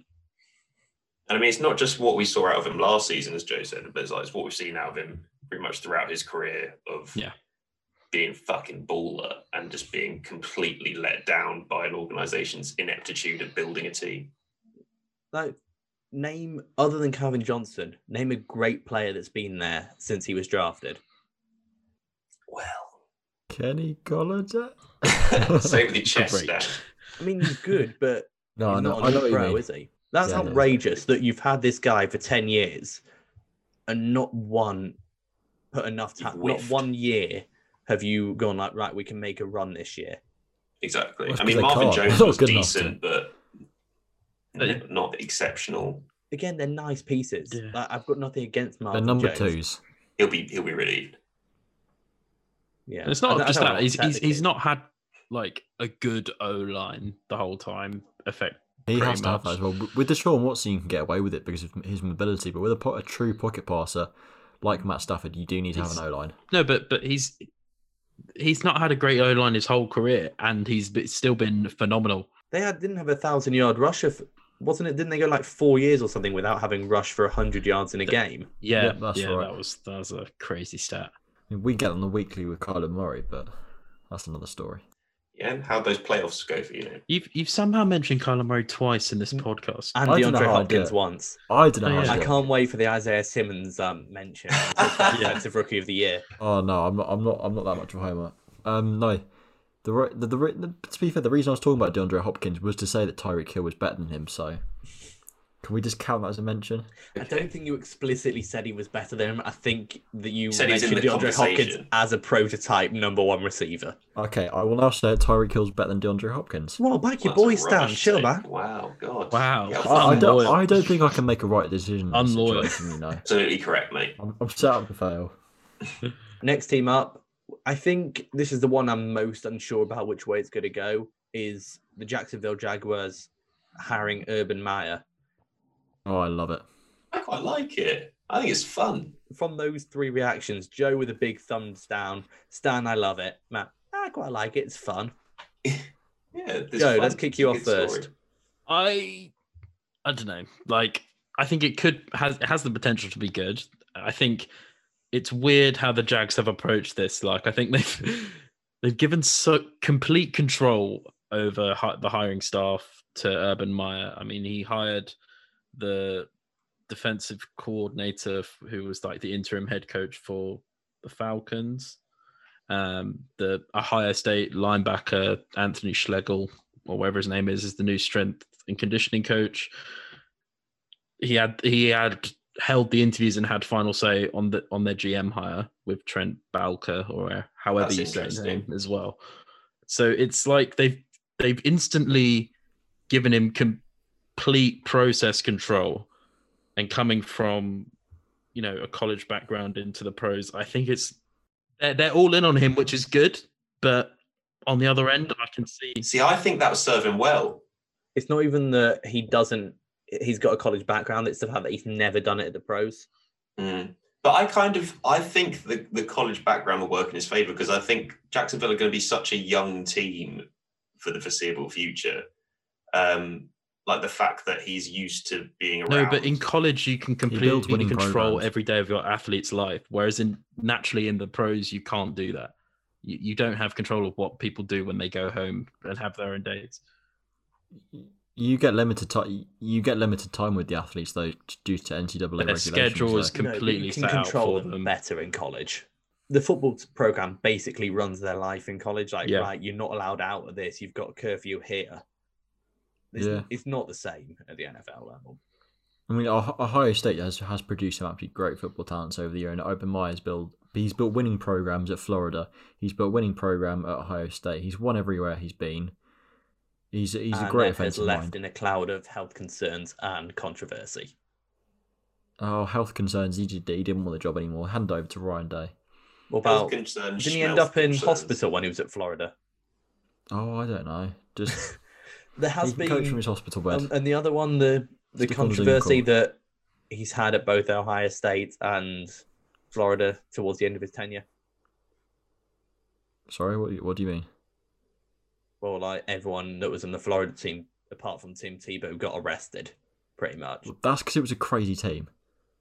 D: And I mean, it's not just what we saw out of him last season, as Joe said, but it's, like, it's what we've seen out of him pretty much throughout his career of
E: Yeah.
D: being fucking baller and just being completely let down by an organization's ineptitude at building a team.
C: Like, name other than Calvin Johnson, name a great player that's been there since he was drafted.
D: Well,
F: Kenny Golladay.
D: save the chest
E: break.
D: down.
C: I mean, he's good, but
F: Oh, no, I
C: he's
F: know,
C: not
F: I
C: a
F: know
C: good
F: what you
C: pro,
F: mean.
C: is he? That's
F: Yeah, I know.
C: outrageous that you've had this guy for ten years and not one put enough
D: You've
C: time. Not
D: whiffed.
C: one year have you gone like right. We can make a run this year.
D: Exactly.
F: Well, it's
D: I
F: 'cause
D: mean,
F: they
D: Marvin
F: can't.
D: Jones
F: They're not
D: was
F: good enough to-
D: decent, but
E: They-
D: not exceptional.
C: Again, they're nice pieces.
E: Yeah.
C: Like, I've got nothing against
F: They're
C: Marvin.
F: number
C: Jones.
F: twos.
D: He'll be he'll be relieved.
C: Yeah,
E: And it's
C: I
E: not
C: don't- I
E: just
C: don't know
E: that.
C: what
E: He's, he's,
C: technically-
E: he's not had like a good O line the whole time. Effect.
F: He
E: Pretty
F: has to have that
E: much.
F: as well. W- With the Sean Watson, you can get away with it because of his mobility, but with a, po- a true pocket passer like Matt Stafford, you do need to have an
E: He's-
F: O line.
E: No, but but he's he's not had a great O line his whole career, and he's be- still been phenomenal.
C: They had, didn't have a thousand yard rusher. For, wasn't it? Didn't they go like four years or something without having rushed for hundred yards in a game?
E: Yeah,
F: Yep, that's
E: yeah,
F: right.
E: that was that was a crazy stat.
F: We get on the weekly with Kyler Murray, but that's another story.
D: Yeah, and how'd those playoffs go for you? Know?
E: You've you've somehow mentioned Kyler Murray twice in this podcast.
C: And
F: I don't know
C: DeAndre
F: how I do
C: Hopkins
F: it.
C: once.
F: I don't know.
E: Oh,
F: how
E: yeah.
F: to
C: I
F: do it.
C: can't wait for the Isaiah Simmons um, mention.
D: Yeah.
C: Defensive Rookie of the Year.
F: Oh no, I'm not. I'm not. I'm not that much of a homer. Um, no, the, re- the, the re- the to be fair, the reason I was talking about DeAndre Hopkins was to say that Tyreek Hill was better than him. So, can we just count that as a mention?
C: I don't think you explicitly said he was better than him. I think that you
D: Said he's in
C: mentioned
D: the
C: DeAndre Hopkins
D: conversation.
C: as a prototype number one receiver.
F: Okay, I will now say that Tyreek Hill's better than DeAndre Hopkins.
C: Well, back your
D: That's a
C: boy, Stan.
D: rubbish
C: Chill,
D: take.
C: man.
D: Wow, God.
E: Wow.
D: Yeah,
E: I-
F: I, Oh, I
D: I'm
F: don't.
E: Unloyal.
F: I don't think I can make a right decision. In this
E: Unloyal.
F: situation, you know.
D: absolutely correct, mate.
F: I'm, I'm set up to fail.
C: Next team up, I think this is the one I'm most unsure about which way it's going to go. Is the Jacksonville Jaguars hiring Urban Meyer?
F: Oh, I love it.
D: I quite like it. I think it's fun.
C: From those three reactions, Joe with a big thumbs down. Stan, I love it. Matt, I quite like it. It's fun.
D: Yeah, there's
C: Joe,
D: fun.
C: let's kick you
D: It's a
C: off
D: good
C: first.
D: story.
E: I I don't know. Like I think it could has it has the potential to be good. I think it's weird how the Jags have approached this. Like I think they've they've given so complete control over hi- the hiring staff to Urban Meyer. I mean, he hired the defensive coordinator f- who was like the interim head coach for the Falcons. Um, the Ohio State linebacker Anthony Schlegel or whatever his name is, is the new strength and conditioning coach. He had he had held the interviews and had final say on the on their GM hire with Trent Balker or however
D: That's
E: you say his
D: interesting.
E: name as well. So it's like they've they've instantly given him complete process control, and coming from you know a college background into the pros, I think it's they're, they're all in on him, which is good. But on the other end, I can see
D: See, I think that would serve him well.
C: It's not even that he doesn't. He's got a college background. It's the fact that he's never done it at the pros.
D: Mm. But I kind of I think the, the college background will work in his favour because I think Jacksonville are going to be such a young team for the foreseeable future. Um, like the fact that he's used to being around.
E: No, but in college you can
F: builds
E: completely
F: winning
E: control
F: programs.
E: every day of your athlete's life, whereas in naturally in the pros you can't do that. You, you don't have control of what people do when they go home and have their own days.
F: You get limited time. You get limited time with the athletes though, due to NCAA
E: Their
F: regulations.
E: schedule is
F: though.
C: No, but
E: completely
C: you can
E: set out
C: control
E: for
C: them,
E: them.
C: better in college. the football program basically runs their life in college. Like,
A: Yeah.
C: right, you're not allowed out of this. You've got a curfew here. It's,
F: Yeah.
C: it's not the same at the NFL level.
F: I mean, Oh- Ohio State has, has produced some absolutely great football talents over the year, and Open Meyer's built he's built winning programs at Florida. He's built a winning program at Ohio State. He's won everywhere he's been. He's he's a
C: And
F: great
C: Ed has
F: offensive
C: left
F: mind.
C: in a cloud of health concerns and controversy.
F: Oh, health concerns. He, did, he didn't want the job anymore. Hand over to Ryan Day.
C: What
D: Health
C: about didn't
D: concerns,
C: he end
D: health
C: up in
D: concerns.
C: hospital when he was at Florida?
F: Oh, I don't know. Just
C: There
F: he
C: has
F: can coach from
C: been
F: his hospital bed.
C: um, and the other one, the the
F: Stick on Zoom
C: controversy
F: call.
C: that he's had at both Ohio State and Florida towards the end of his tenure.
F: Sorry, what, do you- what do you mean?
C: Well, like everyone that was in the Florida team, apart from Tim Tebow, got arrested, pretty much.
F: Well, That's because it was a crazy team.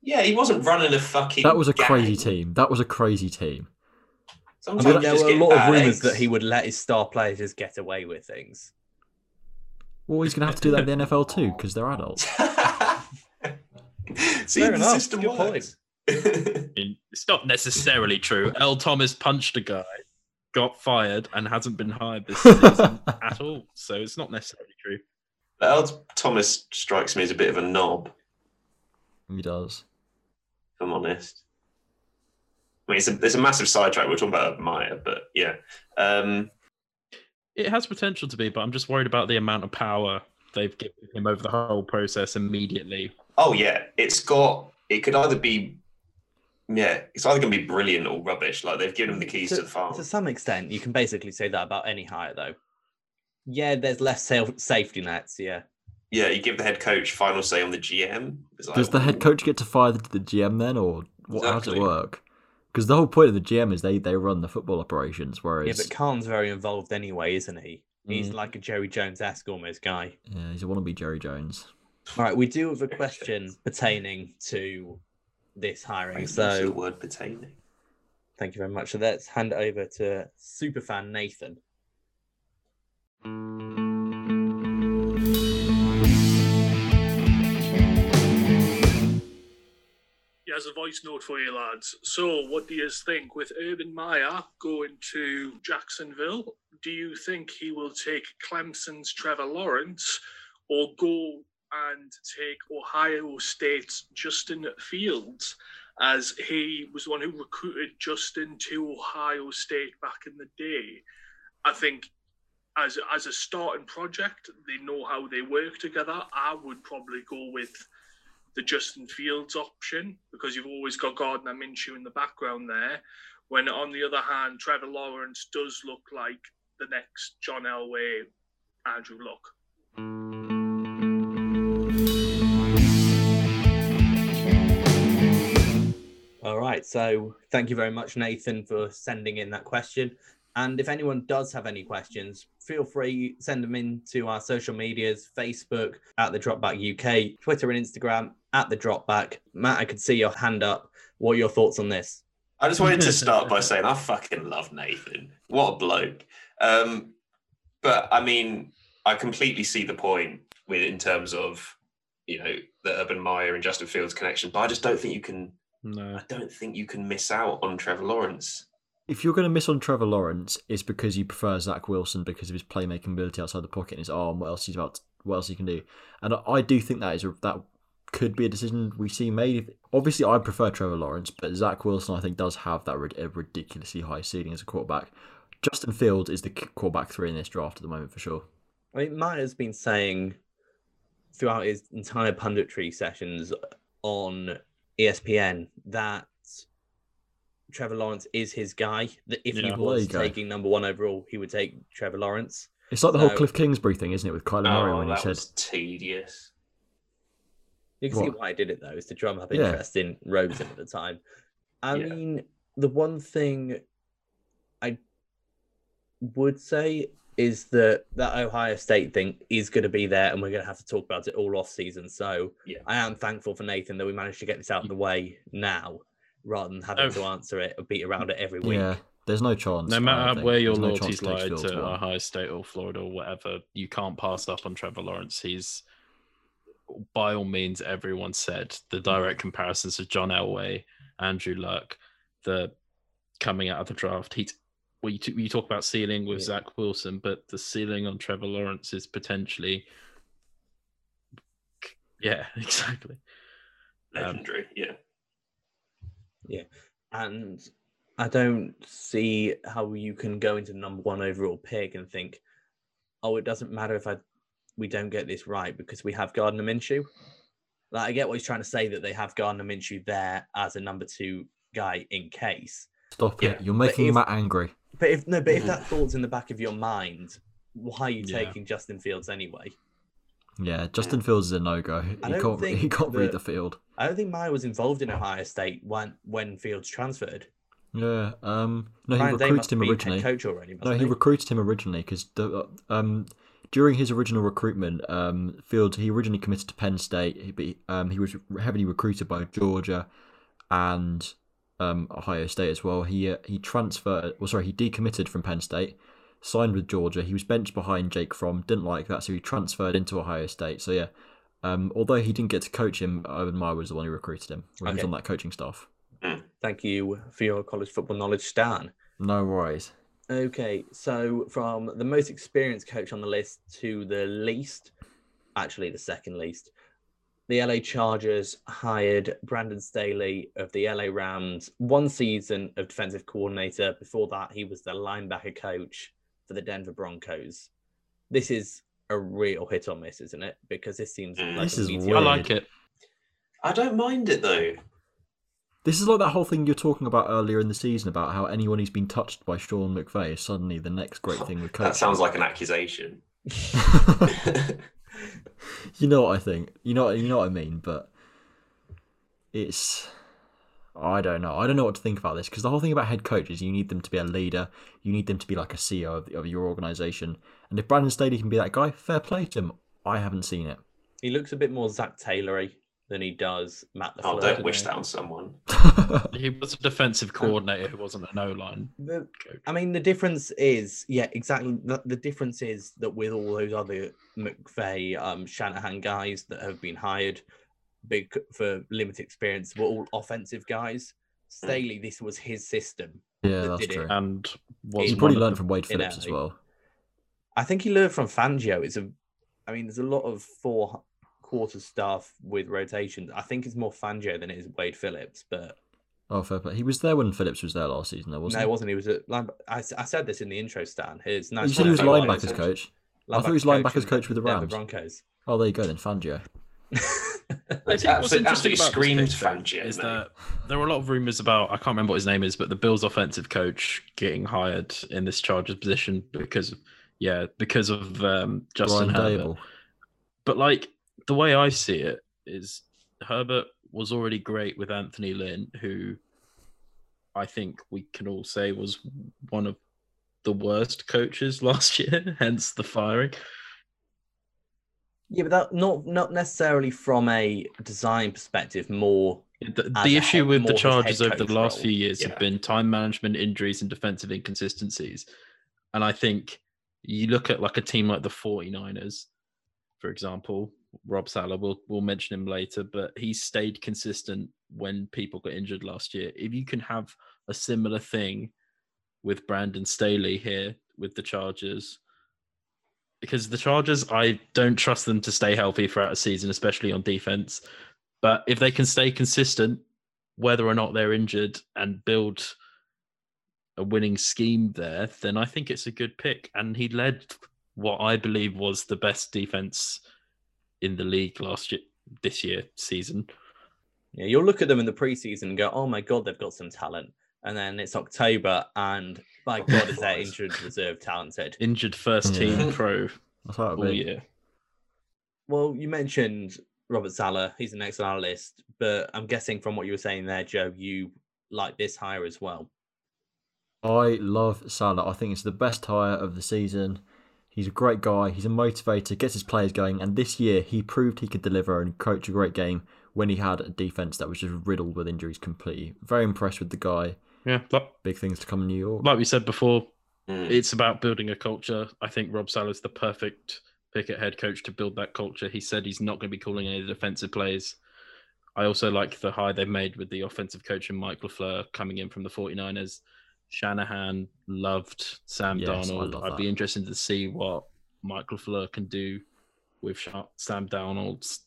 D: Yeah, he wasn't running a fucking.
F: That was a
D: gang.
F: crazy team. That was a crazy team.
C: I
D: Sometimes
C: mean,
D: you
C: there
D: just
C: were a
D: get
C: lot of
D: bad
C: rumors
D: eggs.
C: that he would let his star players just get away with things.
F: Well, he's going to have to do that in the NFL too because they're adults.
D: See,
C: Fair
D: the
C: enough,
D: system
C: good
D: works.
E: I mean, it's not necessarily true. L. Thomas punched a guy, got fired, and hasn't been hired this season at all. So it's not necessarily true.
D: Earl Thomas strikes me as a bit of a knob, if
F: He does.
D: I'm honest. I mean, it's a, it's a massive sidetrack. We're talking about Meyer, but yeah. Um,
E: It has potential to be, but I'm just worried about the amount of power they've given him over the whole process immediately.
D: oh, yeah. It's got, it could either be, yeah, it's either going to be brilliant or rubbish. Like, they've given him the keys to, the farm.
C: To some extent, you can basically say that about any hire, though. Yeah, there's less sa- safety nets. Yeah,
D: Yeah, you give the head coach final say on the GM. It's like,
F: Does the head coach get to fire the, the GM then, or what, how does it
D: Exactly.
F: work? Because the whole point of the GM is they, they run the football operations,
C: yeah,
F: whereas
C: but Khan's very involved anyway, isn't he? He's
F: Mm.
C: like a Jerry Jones-esque almost guy.
F: yeah, he's a wannabe Jerry Jones.
C: All right, we do have a question pertaining to this hiring.
D: the
C: So
D: word pertaining.
C: thank you very much. So let's hand it over to superfan Nathan.
G: He has a voice note for you, lads. So, what do you think with Urban Meyer going to Jacksonville? Do you think he will take Clemson's Trevor Lawrence or go and take Ohio State's Justin Fields? As he was the one who recruited Justin to Ohio State back in the day. I think as, as a starting project, they know how they work together. I would probably go with the Justin Fields option because you've always got Gardner Minshew in the background there. When on the other hand, Trevor Lawrence does look like the next John Elway, Andrew Luck.
C: All right, so thank you very much, Nathan, for sending in that question. And if anyone does have any questions, feel free send them in to our social medias: Facebook at the Dropback UK, Twitter and Instagram at the Dropback. Matt, I could see your hand up. What are your thoughts on this?
D: I just wanted to start by saying I fucking love Nathan. What a bloke. Um, but I mean, I completely see the point with in terms of you know the Urban Meyer and Justin Fields connection, but I just don't think you can.
E: No.
D: I don't think you can miss out on Trevor Lawrence.
F: If you're going to miss on Trevor Lawrence, it's because you prefer Zach Wilson because of his playmaking ability outside the pocket and his arm. What else he's about? What else he can do? And I, I do think that is a, that could be a decision we see made. Obviously, I prefer Trevor Lawrence, but Zach Wilson I think does have that rid- a ridiculously high ceiling as a quarterback. Justin Fields is the c- quarterback three in this draft at the moment for sure.
C: I mean, Matt has been saying throughout his entire punditry sessions on E ESPN that Trevor Lawrence is his guy. That if
E: Yeah.
C: he
F: There
C: was
F: you go.
C: taking number one overall, he would take Trevor Lawrence.
F: It's like the whole
C: No.
F: Cliff Kingsbury thing, isn't it, with Kyler Murray
D: Oh,
F: when he
D: that
F: said,
D: was tedious.
C: You can see
F: What?
C: why I did it though, is to drum up
F: Yeah.
C: interest in Rosen at the time. I
D: Yeah.
C: mean, the one thing I would say is that that Ohio State thing is going to be there, and we're going to have to talk about it all off season. So
D: Yeah.
C: I am thankful for Nathan that we managed to get this out
F: Mm.
C: of the way now, rather than having
E: Oh.
C: to answer it or beat around it every week.
F: "Yeah, there's no chance." I
E: No
F: don't
E: matter
F: think.
E: where your
F: There's no
E: loyalties
F: chance Cleef
E: lie
F: Fields
E: to
F: won."
E: Ohio State or Florida or whatever, you can't pass up on Trevor Lawrence. He's by all means, everyone said the direct comparisons of John Elway, Andrew Luck, the coming out of the draft. He, well, you, t- you talk about ceiling with
F: Yeah.
E: Zach Wilson, but the ceiling on Trevor Lawrence is potentially, yeah, exactly. Um,
D: Legendary, yeah.
C: And I don't see how you can go into the number one overall pick and think, oh, it doesn't matter if I we don't get this right because we have Gardner Minshew. Like I get what he's trying to say that they have Gardner Minshew there as a number two guy in case.
F: Stop
E: Yeah,
F: it. You're
C: but
F: making
C: if-
F: Matt angry.
C: But if no, but if
F: Mhm.
C: that thought's in the back of your mind, why are you
E: Yeah.
C: taking Justin Fields anyway?
F: Yeah, Justin Fields is a no go. He
C: I don't
F: can't, re- he
C: think
F: can't read
C: that-
F: the field.
C: I don't think Meyer was involved in Ohio State when when Fields transferred.
F: Yeah. Um. No, he
C: Ryan Day must
F: recruited
C: have
F: him
C: been
F: originally.
C: Head coach already.
F: No,
C: mustn't
F: he recruited him originally because um, during his original recruitment, um, Fields he originally committed to Penn State. He, be- um, he was heavily recruited by Georgia and um, Ohio State as well. He uh, he transferred. Well, sorry, he decommitted from Penn State, signed with Georgia. He was benched behind Jake Fromm. Didn't like that, so he transferred into Ohio State. So yeah. Um, although he didn't get to coach him, Urban Meyer was the one who recruited him. When He was
C: Okay.
F: on that coaching staff.
C: Thank you for your college football knowledge, Stan.
F: No worries.
C: Okay, so from the most experienced coach on the list to the least, actually the second least, the LA Chargers hired Brandon Staley of the LA Rams, one season of defensive coordinator. Before that, he was the linebacker coach for the Denver Broncos. This is a real hit or miss, isn't it? Because this seems
D: Mm.
C: like
F: This
C: a
F: is
E: I
C: meteor-
F: weird.
E: like it.
D: I don't mind it though.
F: This is like that whole thing you're talking about earlier in the season about how anyone who's been touched by Sean McVay is suddenly the next great thing with coaching.
D: That sounds like an accusation.
F: you know what I think. You know, you know what I mean. But it's, I don't know. I don't know what to think about this because the whole thing about head coach is you need them to be a leader. You need them to be like a CEO of, of your organization. And if Brandon Staley can be that guy, fair play to him. I haven't seen it.
C: He looks a bit more Zach Taylory than he does Matt LaFleur.
D: oh, don't
C: to
D: wish
C: me.
D: that on someone.
E: He was a defensive coordinator who wasn't an O line
C: The-
E: coach.
C: I mean, the difference is, yeah, exactly. The, the difference is that with all those other McVeigh, um, Shanahan guys that have been hired big for limited experience were all offensive guys. Staley, this was his system.
F: yeah,
C: They
F: that's
C: did it. Uh,
F: true.
E: and was
F: He
C: He's
F: probably
E: one
F: learned
E: of
F: from Wade
C: in
F: Phillips as
C: LA.
F: well.
C: I think he learned from Fangio. It's a, I mean, there's a lot of four quarter staff with rotations. I think it's more Fangio than it is Wade Phillips, but
F: Oh, fair play. He was there when Phillips was there last season, though,
C: no,
F: wasn't
C: it
F: he?
C: wasn't. He was at line. I, s- I said this in the intro, Stan. His nice
F: You said
D: one.
F: he was
D: I like
F: linebackers
D: that.
F: coach. I thought he was linebackers
C: and
F: coach with the
C: Denver
F: Rams.
C: Broncos.
F: Oh, there you go then, Fangio.
E: I think what's
D: Absolutely,
E: interesting
D: absolutely
E: about this
D: screamed
E: pick, though,
D: Fangio.
E: Is
D: mate.
E: that there were a lot of rumors about I can't remember what his name is, but the Bills' offensive coach getting hired in this Chargers position because, of, yeah, because of um, Justin
F: Brian
E: Herbert.
F: Dable.
E: But like the way I see it is, Herbert was already great with Anthony Lynn, who I think we can all say was one of the worst coaches last year. Hence the firing.
C: Yeah, but that not not necessarily from a design perspective. More
E: The,
C: as
E: the
C: a
E: issue
C: head-
E: with
C: more
E: the
C: as a head
E: Chargers over the
C: coach
E: last
C: role.
E: few years
D: Yeah.
E: have been time management, injuries, and defensive inconsistencies. And I think you look at like a team like the 49ers, for example, Rob Sala, we'll, we'll mention him later, but he stayed consistent when people got injured last year. If you can have a similar thing with Brandon Staley here with the Chargers, because the Chargers, I don't trust them to stay healthy throughout a season, especially on defense. But if they can stay consistent, whether or not they're injured, and build a winning scheme there, then I think it's a good pick. And he led what I believe was the best defense in the league last year, this year season.
C: yeah, you'll look at them in the preseason and go, "Oh my god, they've got some talent," and then it's October, and by god, is their injured reserve talented?
E: Injured first
F: Yeah.
E: team pro
F: That's how it
E: all
F: be.
E: year.
C: Well, you mentioned Robert Sala; he's an excellent analyst, but I'm guessing from what you were saying there, Joe, you like this hire as well.
F: I love Salah. I think it's the best hire of the season. He's a great guy. He's a motivator, gets his players going, and this year he proved he could deliver and coach a great game when he had a defense that was just riddled with injuries completely. Very impressed with the guy.
E: Yeah. But
F: Big things to come in New York.
E: like we said before,
D: Mm.
E: it's about building a culture. I think Rob Sala's the perfect pick at head coach to build that culture. He said he's not going to be calling any defensive plays. I also like the hire they made with the offensive coach and Mike LaFleur coming in from the 49ers. Shanahan loved Sam
F: Yes, I
E: Darnold.
F: love
E: I'd be
F: that.
E: interested to see what Michael Fleur can do with Sha- Sam Darnold's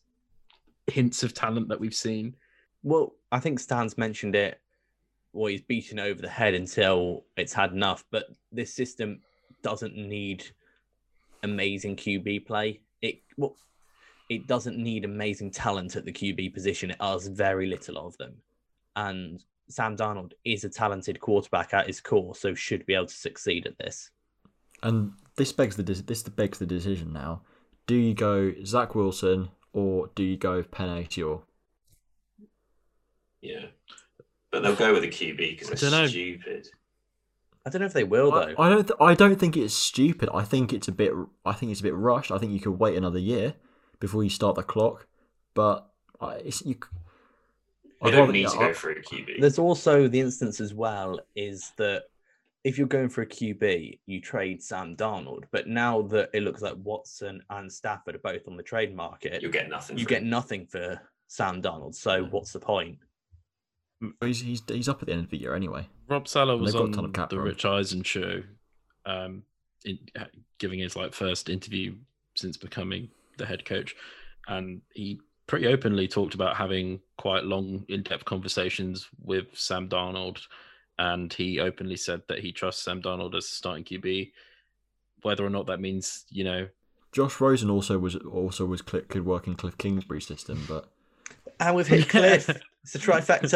E: hints of talent that we've seen.
C: Well, I think Stan's mentioned it. Well, he's beaten over the head until it's had enough. But this system doesn't need amazing QB play. It well, it doesn't need amazing talent at the QB position. It has very little of them, and Sam Darnold is a talented quarterback at his core, so should be able to succeed at this.
F: And this begs the de- this begs the decision now. Do you go Zach Wilson or do you go Penn Aitior?
D: Yeah. But they'll go with a QB because
E: I
D: they're
E: dunno.
D: stupid.
C: I don't know if they will
F: I,
C: though.
F: I don't. Th- I don't think it's stupid. I think it's a bit. I think it's a bit rushed. I think you could wait another year before you start the clock. But I, it's, you. c-
D: They
F: I'd
D: don't
F: rather-
D: need
F: yeah,
D: to go
F: I-
D: for a QB.
C: There's also the instance as well is that if you're going for a QB, you trade Sam Darnold. But now that it looks like Watson and Stafford are both on the trade market,
D: You'll get nothing.
C: you
D: for
C: get
D: it.
C: nothing for Sam Darnold. So what's the point?
F: He's, he's he's up at the end of the year anyway.
E: Rob Sala
F: And
E: was
F: they've got a
E: on
F: ton of cap
E: the
F: room.
E: Rich Eisen show, um, in, giving his like first interview since becoming the head coach, and he pretty openly talked about having quite long, in-depth conversations with Sam Darnold, and he openly said that he trusts Sam Darnold as starting QB. Whether or not that means you know
F: Josh Rosen also was also was cl- could work in Cliff Kingsbury's system, but
C: And we've hit Cliff. it's a trifecta.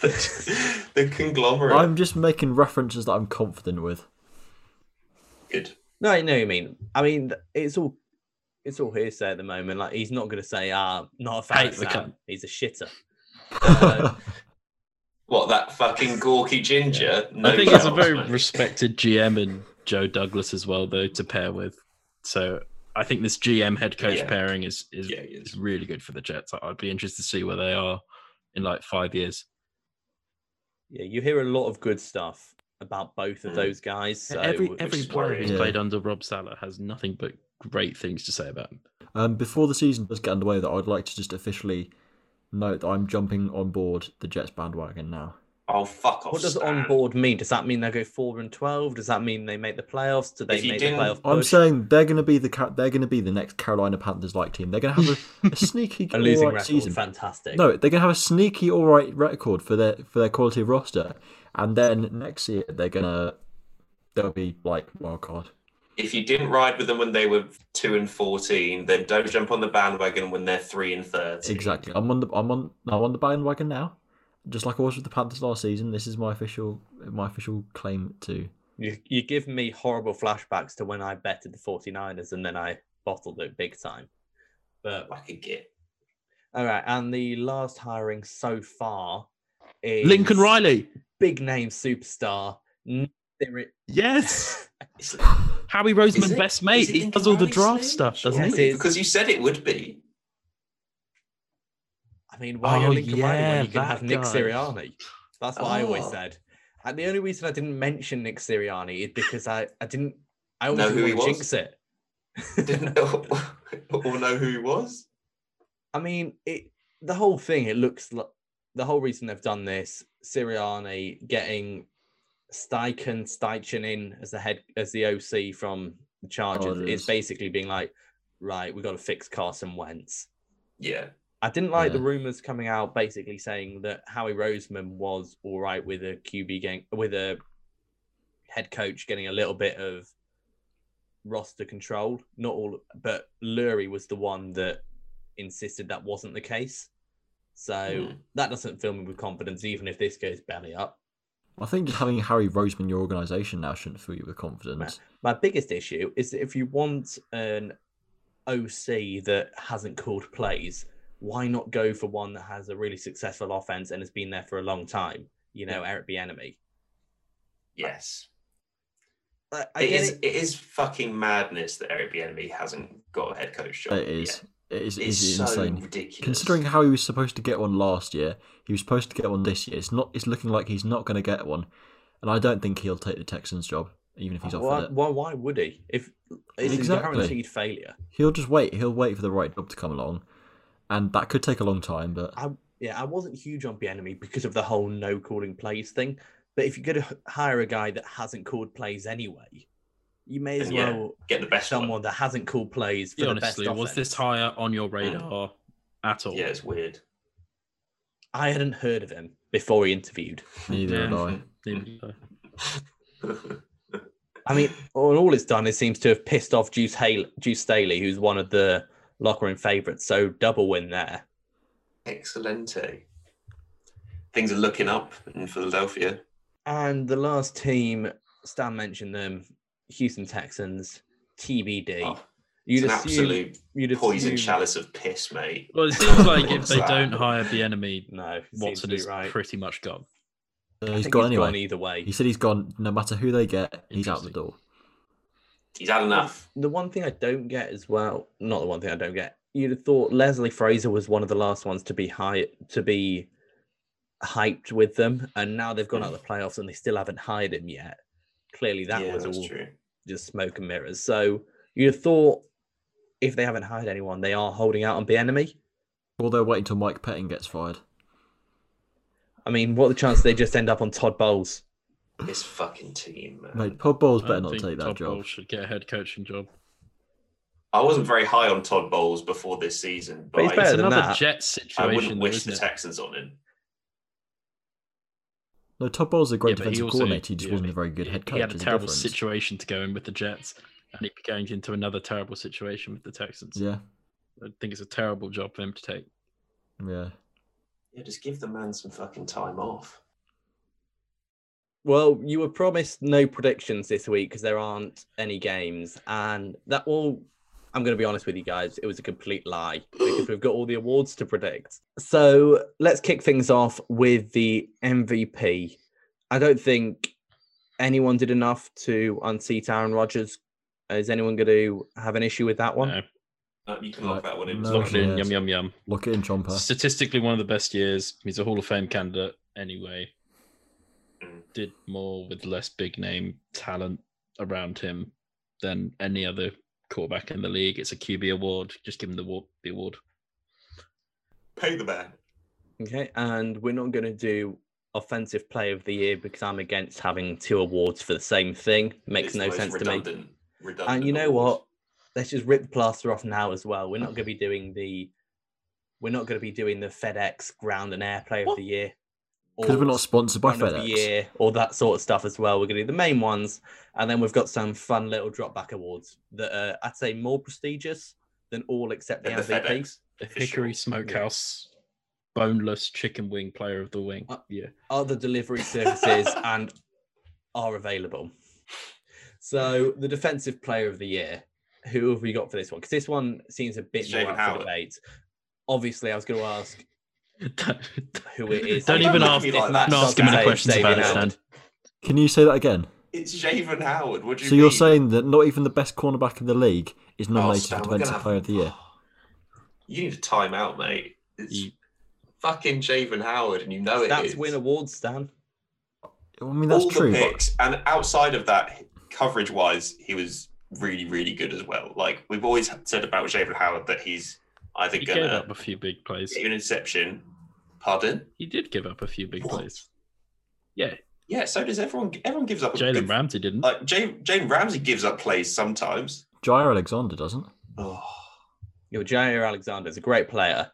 D: the, the conglomerate.
F: I'm just making references that I'm confident with.
D: Good.
C: no, I know what you mean. I mean, th- it's all it's all hearsay at the moment. Like he's not going to say, "Ah, not a fan
E: Hate
C: of
E: the
C: Sam.
E: cunt.
C: He's a shitter." Uh,
D: What that fucking gawky ginger? No
E: I think it's a
D: chance,
E: very
D: mate.
E: respected GM and Joe Douglas as well, though, to pair with. So I think this GM head coach
D: Yeah.
E: pairing is is,
D: Yeah, it is.
E: is really good for the Jets. I- I'd be interested to see where they are in like five years.
C: yeah, you hear a lot of good stuff about both of
D: Mm.
C: those guys. So
E: every
C: which
E: every
C: is
E: player
D: worrying.
E: who's
F: Yeah.
E: played under Rob Sala has nothing but great things to say about him.
F: Um, before the season does get underway, though, I'd like to just officially note that I'm jumping on board the Jets bandwagon now.
D: Oh fuck off!
C: What does
D: Stan.
C: on board mean? Does that mean they go four and twelve? Does that mean they make the playoffs? Do they
D: If you
C: make the
D: didn't-
C: playoff
F: I'm
C: push?
F: saying they're going to be the Ca- they're going to be the next Carolina Panthers like team. They're going to have a, a sneaky
C: a losing
F: alright
C: record,
F: season.
C: fantastic.
F: No, they're going to have a sneaky all right record for their for their quality of roster, and then next year they're going to they'll be like wild card.
D: If you didn't ride with them when they were two and fourteen, then don't jump on the bandwagon when they're three and thirty.
F: Exactly. I'm on the I'm on I'm on the bandwagon now. Just like I was with the Panthers last season, this is my official my official claim to
C: you, you give me horrible flashbacks to when I betted the 49ers and then I bottled it big time. But
D: Like a git.
C: all right, and the last hiring so far is
E: Lincoln Riley,
C: big name superstar. Nick Sirianni.
E: yes,
D: It's-
E: Howie
D: Is
E: Roseman,
D: it-
E: best
D: is
E: mate. He
D: it Lincoln
E: does all the
D: Riley's
E: draft
D: name?
E: stuff, doesn't
C: Yes,
E: he?
C: it is.
D: Because you said it would be.
C: I mean, why go
E: Oh,
C: Lincoln Riley
E: yeah,
C: when you can
E: that
C: have Nick
E: guy.
C: Sirianni? That's what I always
D: Oh.
C: said. And the only reason I didn't mention Nick Sirianni is because I, I didn't I
D: Know
C: always
D: who he
C: didn't want to
D: was?
C: jinx it.
D: Didn't all know who he was.
C: I mean, it the whole thing. It looks like the whole reason they've done this. Sirianni getting Steichen Steichen in as the head as the OC from
E: Oh,
C: the Chargers
F: it
C: is
F: is.
C: basically being like, right, we got to fix Carson Wentz.
D: Yeah.
C: I didn't like the
F: Yeah.
C: rumors coming out basically saying that Howie Roseman was all right with a QB game with a head coach getting a little bit of roster control. Not all, but Lurie was the one that insisted that wasn't the case. So
D: Hmm.
C: that doesn't fill me with confidence, even if this goes belly up.
F: I think just having Harry Roseman in your organisation now shouldn't fill you with confidence.
C: My biggest issue is that if you want an OC that hasn't called plays, why not go for one that has a really successful offense and has been there for a long time? You know, Eric Bieniemy.
D: Yes.
C: I, I
D: It
C: get
D: is.
C: it.
D: It is fucking madness that Eric Bieniemy hasn't got a head coach job.
F: It is. It is,
D: yet. It's
F: it is
D: so
F: insane.
D: ridiculous.
F: Considering how he was supposed to get one last year, he was supposed to get one this year. It's not. It's looking like he's not going to get one, and I don't think he'll take the Texans job, even if he's offered
C: Why,
F: it.
C: why, why would he? If it's a
F: Exactly.
C: guaranteed failure.
F: He'll just wait. He'll wait for the right job to come along, and that could take a long time. But
C: I- Yeah, I wasn't huge on Bieniemy because of the whole no calling plays thing. But if you're going to hire a guy that hasn't called plays anyway, you may as
D: Then, yeah,
C: well
D: Get the best
C: someone
D: one.
C: that hasn't called plays for the best
E: Honestly, was
C: offense.
E: this hire on your radar at all?
D: Yeah, it's weird.
C: I hadn't heard of him before he interviewed.
F: Neither
E: Yeah.
F: had I.
E: Even so.
C: I mean, all all it's done is seems to have pissed off Juice, Hale, Juice Staley, who's one of the locker room favourites. So double win there.
D: Excelente. Things are looking up in Philadelphia.
C: And the last team, Stan mentioned them, Houston Texans, TBD.
D: Oh,
C: you'd
D: it's an
C: assume-
D: absolute
C: you'd
D: poison
C: assume-
D: chalice of piss, mate.
E: Well, it seems like if
D: What's
E: they
D: that?
E: don't hire the enemy,
C: No, it seems
E: Watson
C: to be
E: is
C: right.
E: pretty much gone.
F: Uh,
C: I
F: he's
C: think
F: gone anyway.
C: either way.
F: He said he's gone. No matter who they get, he's out the
E: Interesting.
F: door.
D: He's had enough.
C: The one thing I don't get as well, not the one thing I don't get, you'd have thought Leslie Fraser was one of the last ones to be high to be hyped with them, and now they've gone out of the playoffs and they still haven't hired him yet. Clearly, that
D: yeah,
C: was
D: that's
C: all
D: true.
C: just smoke and mirrors. So you'd have thought if they haven't hired anyone, they are holding out on the enemy.
F: Or they're waiting till Mike Petting gets fired.
C: I mean, what are the chances they just end up on Todd Bowles?
D: This fucking team, man.
F: Mate, Pod Bowles
E: I
F: better
E: don't
F: not
E: think
F: take that
E: Todd
F: job.
E: Bowles should get a head coaching job.
D: I wasn't very high on Todd Bowles before this
C: But
D: season, but,
C: he's better
E: It's
C: than
E: another
C: that,
E: Jets
D: I, I
E: situation.
D: wouldn't
E: though,
D: wish
E: isn't
D: the
E: it?
D: Texans on him.
F: No, Todd Bowles is a great
E: Yeah, but he
F: defensive
E: also-
F: coordinator. He just
E: yeah,
F: wasn't a very good
E: He-
F: head coach.
E: He had a
F: There's
E: terrible
F: difference.
E: situation to go in with the Jets, and he'd be going into another terrible situation with the Texans.
F: Yeah,
E: I think it's a terrible job for him to take.
F: yeah.
D: Yeah, just give the man some fucking time off.
C: Well, you were promised no predictions this week because there aren't any games, and that all. I'm going to be honest with you guys, it was a complete lie because we've got all the awards to predict. So let's kick things off with the MVP. I don't think anyone did enough to unseat Aaron Rodgers. Is anyone going to have an issue with that one?
E: No.
D: Uh, you can lock
F: Right.
D: that one in.
F: No,
D: It's
E: Lock
D: not
E: it in,
F: Oh, yes.
E: yum yum yum.
F: Lock it in, Chomper.
E: Statistically, one of the best years. He's a Hall of Fame candidate anyway.
D: Mm.
E: Did more with less big name talent around him than any other quarterback in the league. It's a QB award. Just give him the award. The award.
D: Pay the man.
C: Okay, and we're not going to do offensive play of the year because I'm against having two awards for the same thing. Makes
D: It's the
C: no
D: most
C: sense to me.
D: redundant, Redundant.
C: and you know
D: award.
C: what? Let's just rip the plaster off now as well. We're not going to be doing the, we're not going to be doing the FedEx Ground and Air Play of the Year,
F: Because we're not sponsored by
C: Run of the
F: FedEx.
C: year, all that sort of stuff as well. We're going to do the main ones, and then we've got some fun little drop back awards that are, I'd say, more prestigious than all except the
D: Than the
C: MVP.
D: FedEx.
E: The
D: For
E: Hickory
D: sure.
E: Smokehouse boneless chicken wing player of the wing.
C: Uh,
E: yeah.
C: other delivery services and are available. So the defensive player of the year, who have we got for this one? Because this one seems a bit
D: It's
C: more
D: Jaden
C: up for
D: Howard.
C: debate. Obviously, I was going to ask who it is.
E: Don't even
D: look at
E: ask-
D: me
C: if
D: like
C: Matt
D: that.
E: Don't ask him any
C: doesn't say
E: questions
C: Xavier
E: about it,
C: Howard.
E: Stan.
F: Can you say that again?
D: It's Shaven Howard. What do you
F: so you're
D: mean?
F: saying that not even the best cornerback in the league is
D: Oh,
F: nominated
D: Stan, we're
F: for
D: gonna
F: Defensive
D: have-
F: Player of the Year?
D: You need a timeout, mate. It's
E: You-
D: fucking Shaven Howard, and you know it
C: That's
D: is.
C: win awards, Stan.
F: I mean, that's
D: All
F: true.
D: the
F: but-
D: picks, and outside of that, coverage-wise, he was really, really good as well. Like we've always said about Shaven Howard that he's either
E: He gave
D: gonna
E: up a few big plays.
D: get an interception. Pardon?
E: He did give up a few big
D: What?
E: plays. Yeah,
D: Yeah. So does everyone? Everyone gives up. a
E: Jalen
D: good-
E: Ramsey
F: Mm-hmm.
E: didn't.
D: Like Jane, Jane Ramsey gives up plays sometimes.
F: Jair Alexander doesn't.
D: Oh,
C: Your Jair Alexander is a great player.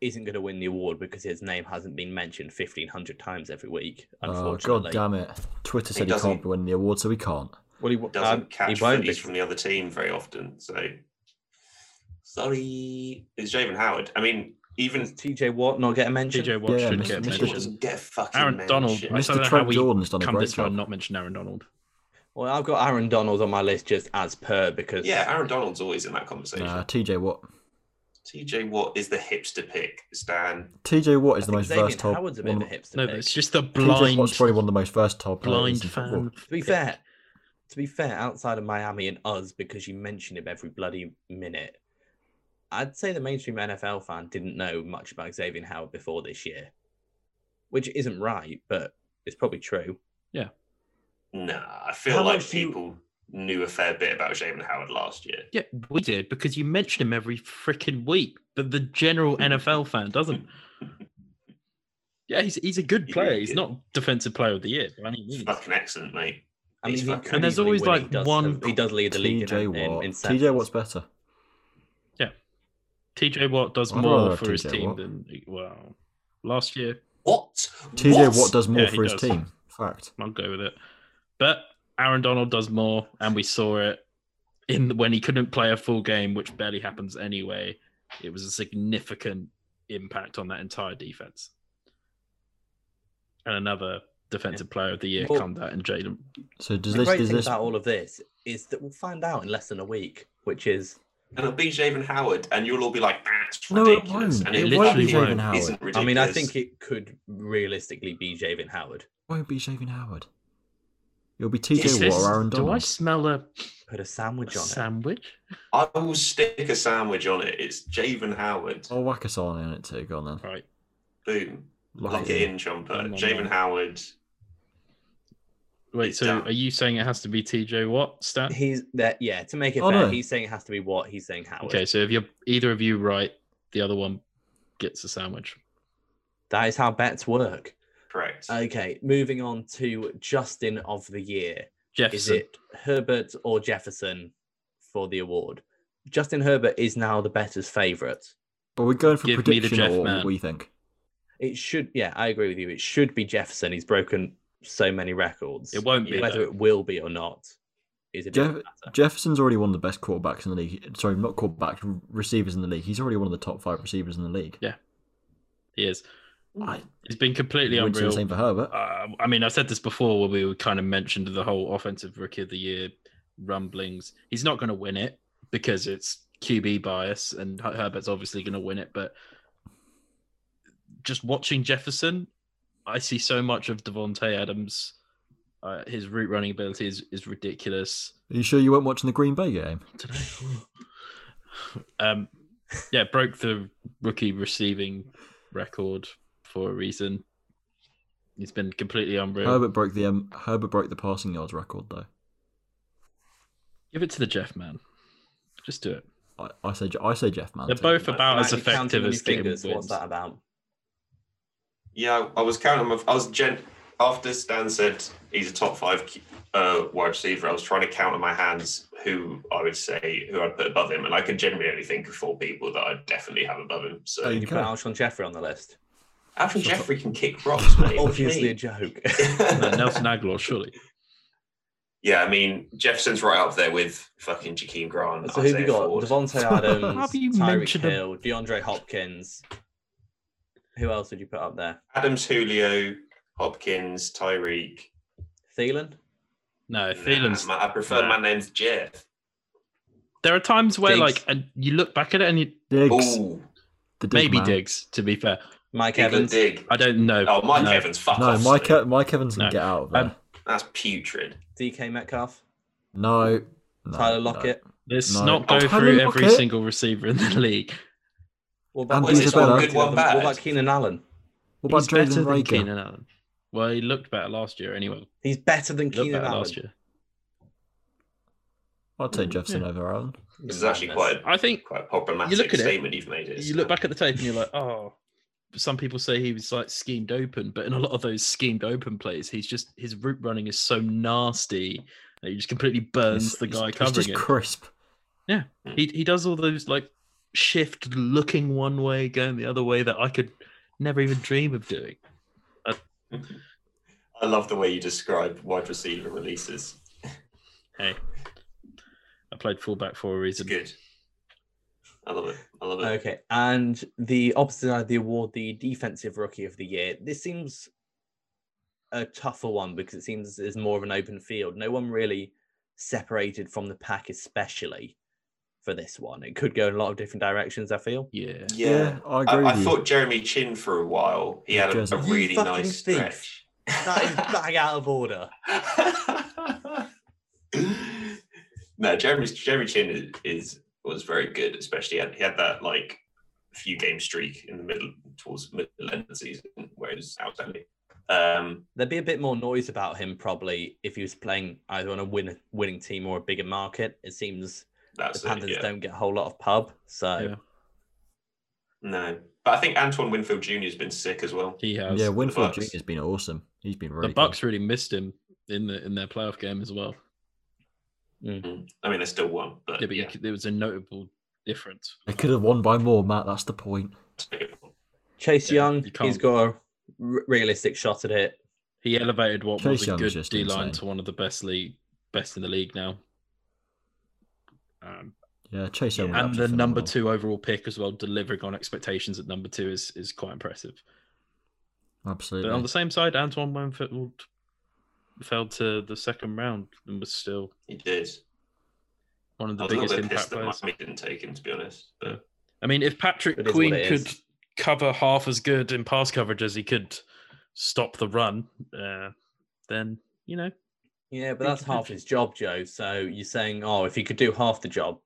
C: Isn't going to win the award because his name hasn't been mentioned 1,500 times every week,
F: Oh,
C: unfortunately.
F: God damn it. Twitter said he,
D: doesn't-
F: can't win the award, so he can't.
C: Well, he, w-
D: doesn't
C: um, he
D: catch
C: won't
D: footies
C: be-
D: from the other team very often. So sorry, it's Javen Howard. I mean,
C: Does
D: even
C: TJ Watt not get a mention?
E: TJ Watt
F: Yeah,
E: should get
F: Mr.
D: Mitchell
F: mentioned.
E: mentioned.
D: doesn't get a fucking
E: Aaron
D: mention.
E: Donald. I don't
F: Mr.
E: know how
F: Trent
E: we
F: Jordan's done a
E: Come
F: great
E: this far
F: job.
E: and not mention Aaron Donald.
C: Well, I've got Aaron Donald on my list just as per because
D: Yeah, Aaron Donald's always in that conversation.
F: Nah, TJ Watt.
D: TJ Watt is the hipster pick, Stan.
F: TJ Watt
C: I
F: is the
C: think
F: most
C: Xavier
F: versatile.
C: Howard's a bit
F: one
C: of a
F: of-
C: hipster.
E: No,
C: pick.
E: but it's just the
F: TJ
E: blind,
F: Watt's probably one of the most versatile players
E: blind
F: in football.
E: fan.
C: to be fair, to be fair, outside of Miami and us, because you mention him every bloody minute, I'd say the mainstream NFL fan didn't know much about Xavier Howard before this year, which isn't right, but it's probably true.
D: Nah, I feel
C: How
D: like
C: much do you-
D: people knew a fair bit about Javen Howard last year.
E: Yeah, we did because you mention him every freaking week, but the general NFL fan doesn't. Yeah, he's he's a good
D: He's
E: player.
D: really
E: He's
D: good.
E: not defensive player of the year by any means.
D: Fucking excellent, mate.
C: I mean,
D: He's
C: he
D: fucking-
C: could
E: And there's
C: easily
E: always,
C: win. He
E: like,
C: does
E: one-
C: have- He does lead the league in,
F: TJ
C: in,
F: Watt.
C: in sacks.
F: TJ Watt's better.
E: TJ Watt does
F: I'd rather
E: more
F: have
E: for his
F: TJ
E: team
F: Watt.
E: than well last year.
D: What?
F: TJ Watt does more
E: Yeah, he
F: for his
E: does.
F: team. Fact.
E: I'll go with it. But Aaron Donald does more, and we saw it in the, when he couldn't play a full game, which barely happens anyway. It was a significant impact on that entire defense. And another defensive player of the year
C: Well-
E: comes out in Jaden.
F: So does
C: The
F: this?
C: great
F: Does
C: thing
F: this?
C: about all of this is that we'll find out in less than a week, which is
D: And it'll be Javen Howard, and you'll all be like, that's
F: No, it
D: ridiculous.
F: won't.
D: And
E: It
D: will
E: literally
D: be,
E: won't.
D: isn't
F: Howard.
D: ridiculous.
C: I mean, I think it could realistically be Javen Howard.
F: Won't be Shaven Howard. It'll be
D: Is
F: TJ
D: this-
F: Watt or Aaron
E: do I
F: Donald.
E: smell a
C: Put a sandwich on it.
E: sandwich?
D: I will stick a sandwich on it. It's Javen Howard.
C: Oh,
F: I'll whack us on in it too. Go on then.
E: Right.
D: Boom.
F: Lock
D: Lock
F: it
D: it
F: in.
D: in, Chomper.
E: Nom, nom,
D: Javen
E: nom.
D: Howard.
E: Wait,
D: It's
E: so
D: done.
E: are you saying it has to be TJ Watt stat?
C: He's that yeah. To make it
F: Oh,
C: fair,
F: no.
C: he's saying it has to be what he's saying Howard.
E: Okay, so if you're either of you right, the other one gets a sandwich.
C: That is how bets work.
D: Correct.
C: Okay, moving on to Justin of the Year. Is
E: Jefferson.
C: it Herbert or Jefferson for the award? Justin Herbert is now the better's favourite.
F: But we're going for
E: Give me the
F: prediction
E: Jeff
F: or what
E: man.
F: we think.
C: It should, yeah, I agree with you. It should be Jefferson. He's broken so many records.
E: It won't be.
C: Whether
E: though.
C: it will be or not is a
F: Jeff-
C: different matter.
F: Jefferson's already one of the best quarterbacks in the league. Sorry, not quarterbacks, re- receivers in the league. He's already one of the top five receivers in the league.
E: He is.
F: I
E: It's been completely
F: wouldn't say the
E: unreal.
F: same for Herbert.
E: uh, I mean, I said this before when we were kind of mentioned the whole offensive rookie of the year rumblings. He's not going to win it because it's QB bias, and Her- Herbert's obviously going to win it. But just watching Jefferson, I see so much of Devonte Adams. Uh, his route running ability is, is ridiculous.
F: Are you sure you weren't watching the Green Bay game?
E: Dunno. um, yeah, broke the rookie receiving record for a reason. He's been completely unreal.
F: Herbert broke the um, Herbert broke the passing yards record though.
E: Give it to the Jeff man. Just do it.
F: I, I say Je- I say Jeff man.
E: They're
F: too.
E: both about as
C: Matt, you're
E: effective
C: counting on
E: as
C: your
E: getting
C: fingers. What's
E: wins.
C: that about?
D: Yeah, I was counting. My, I was gen after Stan said he's a top five Q- uh, wide receiver. I was trying to count on my hands who I would say who I'd put above him, and I could generally only think of four people that I'd definitely have above him.
F: Oh,
D: So
F: you
C: You put
F: can.
C: Alshon Jeffrey on the list.
D: Alvin Jeffrey can kick rocks, mate.
C: Obviously a
D: Mate.
C: joke.
E: No, Nelson Aguilar, surely.
D: yeah, I mean Jefferson's right up there with fucking Jakeem Grant.
C: so who have
D: Isaiah
C: you got?
D: Ford.
C: Devontae
E: Have you
C: Adams, Tyreek
E: mentioned a-
C: Hill, DeAndre Hopkins. Who else would you put up there?
D: Adams, Julio, Hopkins, Tyreek.
C: Thielen?
E: No,
D: Nah,
E: Thielen's.
D: man, I prefer
E: Uh, nah.
D: my name's Jeff.
E: There are times where,
C: Diggs.
E: like, and you look back at it and you
F: Diggs,
D: Ooh,
F: the Diggs
E: maybe
F: man.
E: Diggs. To be fair,
C: Mike
D: dig a
C: Evans. E-
D: dig.
E: I don't know.
D: Oh, Mike
E: Uh, No.
D: Evans, fuck
F: No,
D: off.
F: Mike uh,
D: Stu.
F: Mike Evans can
E: No.
F: get out of there.
E: Um,
D: That's putrid.
C: DK Metcalf,
F: no, no,
C: Tyler
F: no.
C: Lockett.
E: Let's
F: No.
E: not
D: Oh,
E: go
F: Tyler
E: through every
F: Lockett.
E: single receiver in the league.
C: What
F: And
C: what is
F: he's
C: it,
F: a better-
C: what
D: good, one
C: about-
D: bad.
C: What about Keenan Allen?
F: What
E: He's
F: about
E: better
F: Jalen
E: than
F: Rager?
E: Keenan Allen. Well, he looked better last year anyway.
C: He's better than
E: He looked
C: Keenan
E: better
C: Allen.
E: last year.
F: I'd
E: Mm,
F: take Jefferson over Allen.
D: This is actually quite
E: I think
D: quite a problematic
E: You look at it,
D: statement you've made. It,
E: you look back at the tape and you're like, oh, some people say he was like schemed open, but in a lot of those schemed open plays, he's just his route running is so nasty that he just completely burns
F: He's-
E: the
F: he's-
E: guy
F: he's
E: covering
F: just
E: him.
F: crisp.
E: he he does all those like shift looking one way, going the other way that I could never even dream of doing.
D: I love the way you describe wide receiver releases.
E: Hey. I played fullback for a
D: It's
E: reason.
D: good. I love it. I love it.
C: Okay, and the opposite side of the award, the defensive rookie of the year. This seems a tougher one because it seems there's more of an open field. No one really separated from the pack, especially for this one. It could go in a lot of different directions. I feel.
E: Yeah.
D: Yeah,
F: I
D: I,
F: agree
D: I
F: with you.
D: thought Jeremy Chin for a while. He
F: Yeah,
D: had a, a
F: Jersey.
C: You
D: really
C: fucking
D: nice
C: thief.
D: stretch.
C: That is bang out of order.
D: no, Jeremy Jeremy Chin is, is was very good, especially had, he had that like few game streak in the middle towards the middle end of the season where it was outstanding. Um,
C: There'd be a bit more noise about him probably if he was playing either on a win- winning team or a bigger market. It seems
D: that's
C: the
D: it,
C: Panthers
D: yeah.
C: don't get a whole lot of pub, so
E: Yeah.
D: No, but I think Antoine Winfield Jr. has been sick as well.
E: He has.
F: yeah, Winfield Jr.
D: Bucks.
F: has been awesome. He's been really
E: the Bucks really missed him in the in their playoff game as well.
D: Mm. I mean, they still won, but
E: Yeah, but you
D: yeah.
E: c- there was a notable difference.
F: They could have won by more, Matt. That's the point.
C: Chase
E: Yeah,
C: Young,
E: you
C: he's
E: can't-
C: got a r- realistic shot at it.
E: He elevated what
F: Chase
E: was a
F: Young's
E: good
F: just
E: D line
F: insane.
E: to one of the best league, best in the league now. Um,
F: Yeah, Chase Young. was
E: and the
F: absolutely
E: number two
F: phenomenal.
E: overall pick as well, delivering on expectations at number two is is quite impressive. But on
F: Absolutely.
E: the same side, Antoine Winfield fell to the second round and was still
D: he did.
E: one of
D: I
E: the
D: was
E: biggest
D: a little bit
E: impact
D: pissed that
E: players.
D: Miami didn't take him, to be honest. But
E: I mean, if Patrick
C: It is what
E: Queen
C: it
E: could
C: is.
E: cover half as good in pass coverage as he could stop the run, uh, then you know
C: Yeah, but
E: Big
C: that's half
E: difference.
C: his job, Joe. So you're saying, oh, if he could do half the job,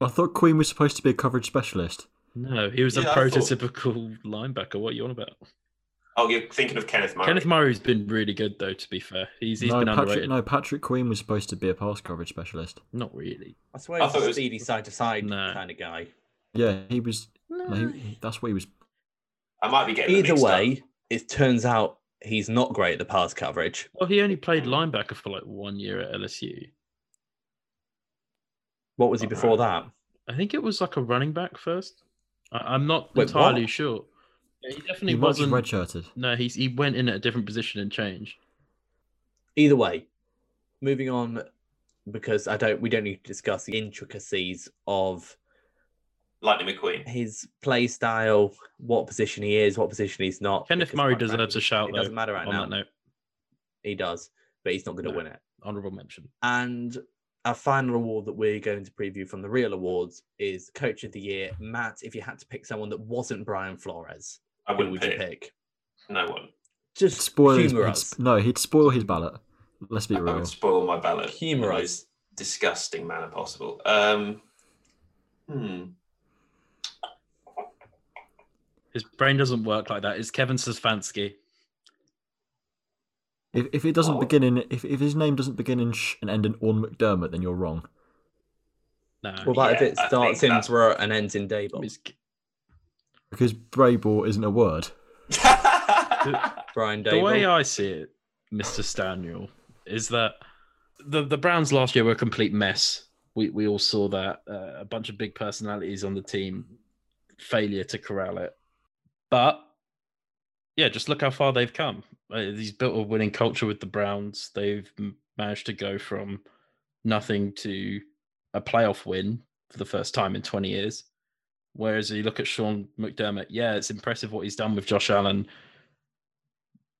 F: I thought Queen was supposed to be a coverage specialist.
E: No, he was
D: Yeah,
E: a
D: I thought-
E: prototypical linebacker. What are you on about?
D: oh, you're thinking of Kenneth Murray.
E: Kenneth Murray's been really good though. To be fair, he's he's
F: no,
E: been
F: Patrick,
E: underrated.
F: no, Patrick Queen was supposed to be a pass coverage specialist.
E: Not really.
C: I swear
D: I
C: he's
D: thought it
C: a
D: was-
C: speedy side to side
E: No.
C: kind of guy.
F: Yeah, he was.
E: No.
F: no, he- he- that's what he was.
D: I might be getting them
C: Either
D: mixed up.
C: way, it turns out he's not great at the pass coverage.
E: Well, he only played linebacker for like one year at LSU.
C: What was he
D: Oh,
C: before
D: right.
C: that?
E: I think it was like a running back first. I, I'm not
C: Wait,
E: entirely
C: what?
E: sure. Yeah, he definitely
F: He was
E: wasn't.
F: redshirted.
E: No, he's he went in at a different position and changed.
C: Either way, moving on because I don't we don't need to discuss the intricacies of
D: Lightning McQueen.
C: his play style, what position he is, what position he's not.
E: Kenneth
C: because
E: Murray
C: quite
E: deserves
C: frankly,
E: a shout
C: It
E: though.
C: doesn't matter right
E: on
C: now.
E: that note,
C: He does, but he's not going to
E: No.
C: win it.
E: honorable mention.
C: And our final award that we're going to preview from the real awards is Coach of the Year. Matt, if you had to pick someone that wasn't Brian Flores,
D: I
C: who
D: wouldn't
C: would you
D: pick.
C: pick?
D: No one.
C: Just
F: Spoilers.
C: humor
F: He'd,
C: us.
F: sp- no, he'd spoil his ballot. Let's be
D: I
F: real.
D: would spoil my ballot. in the
C: Humorous.
D: most disgusting manner possible. Um, hmm.
E: His brain doesn't work like that. It's Kevin Szymanski.
F: If, if it doesn't
D: Oh.
F: begin in if, if his name doesn't begin in sh and end in Orn McDermott, then you're wrong.
E: No,
C: What about if
D: Yeah,
C: it
D: I think
C: starts in
D: that's-
C: Bra and ends in Dable?
E: it's
F: Because Brayball isn't a word.
C: Brian
E: The way
C: Dable.
E: I see it, Mr. Staniel, is that the the Browns last year were a complete mess. We we all saw that uh, a bunch of big personalities on the team failure to corral it. But yeah, just look how far they've come. Uh, he's built a winning culture with the Browns. They've m- managed to go from nothing to a playoff win for the first time in 20 years. Whereas you look at Sean McDermott, yeah, it's impressive what he's done with Josh Allen,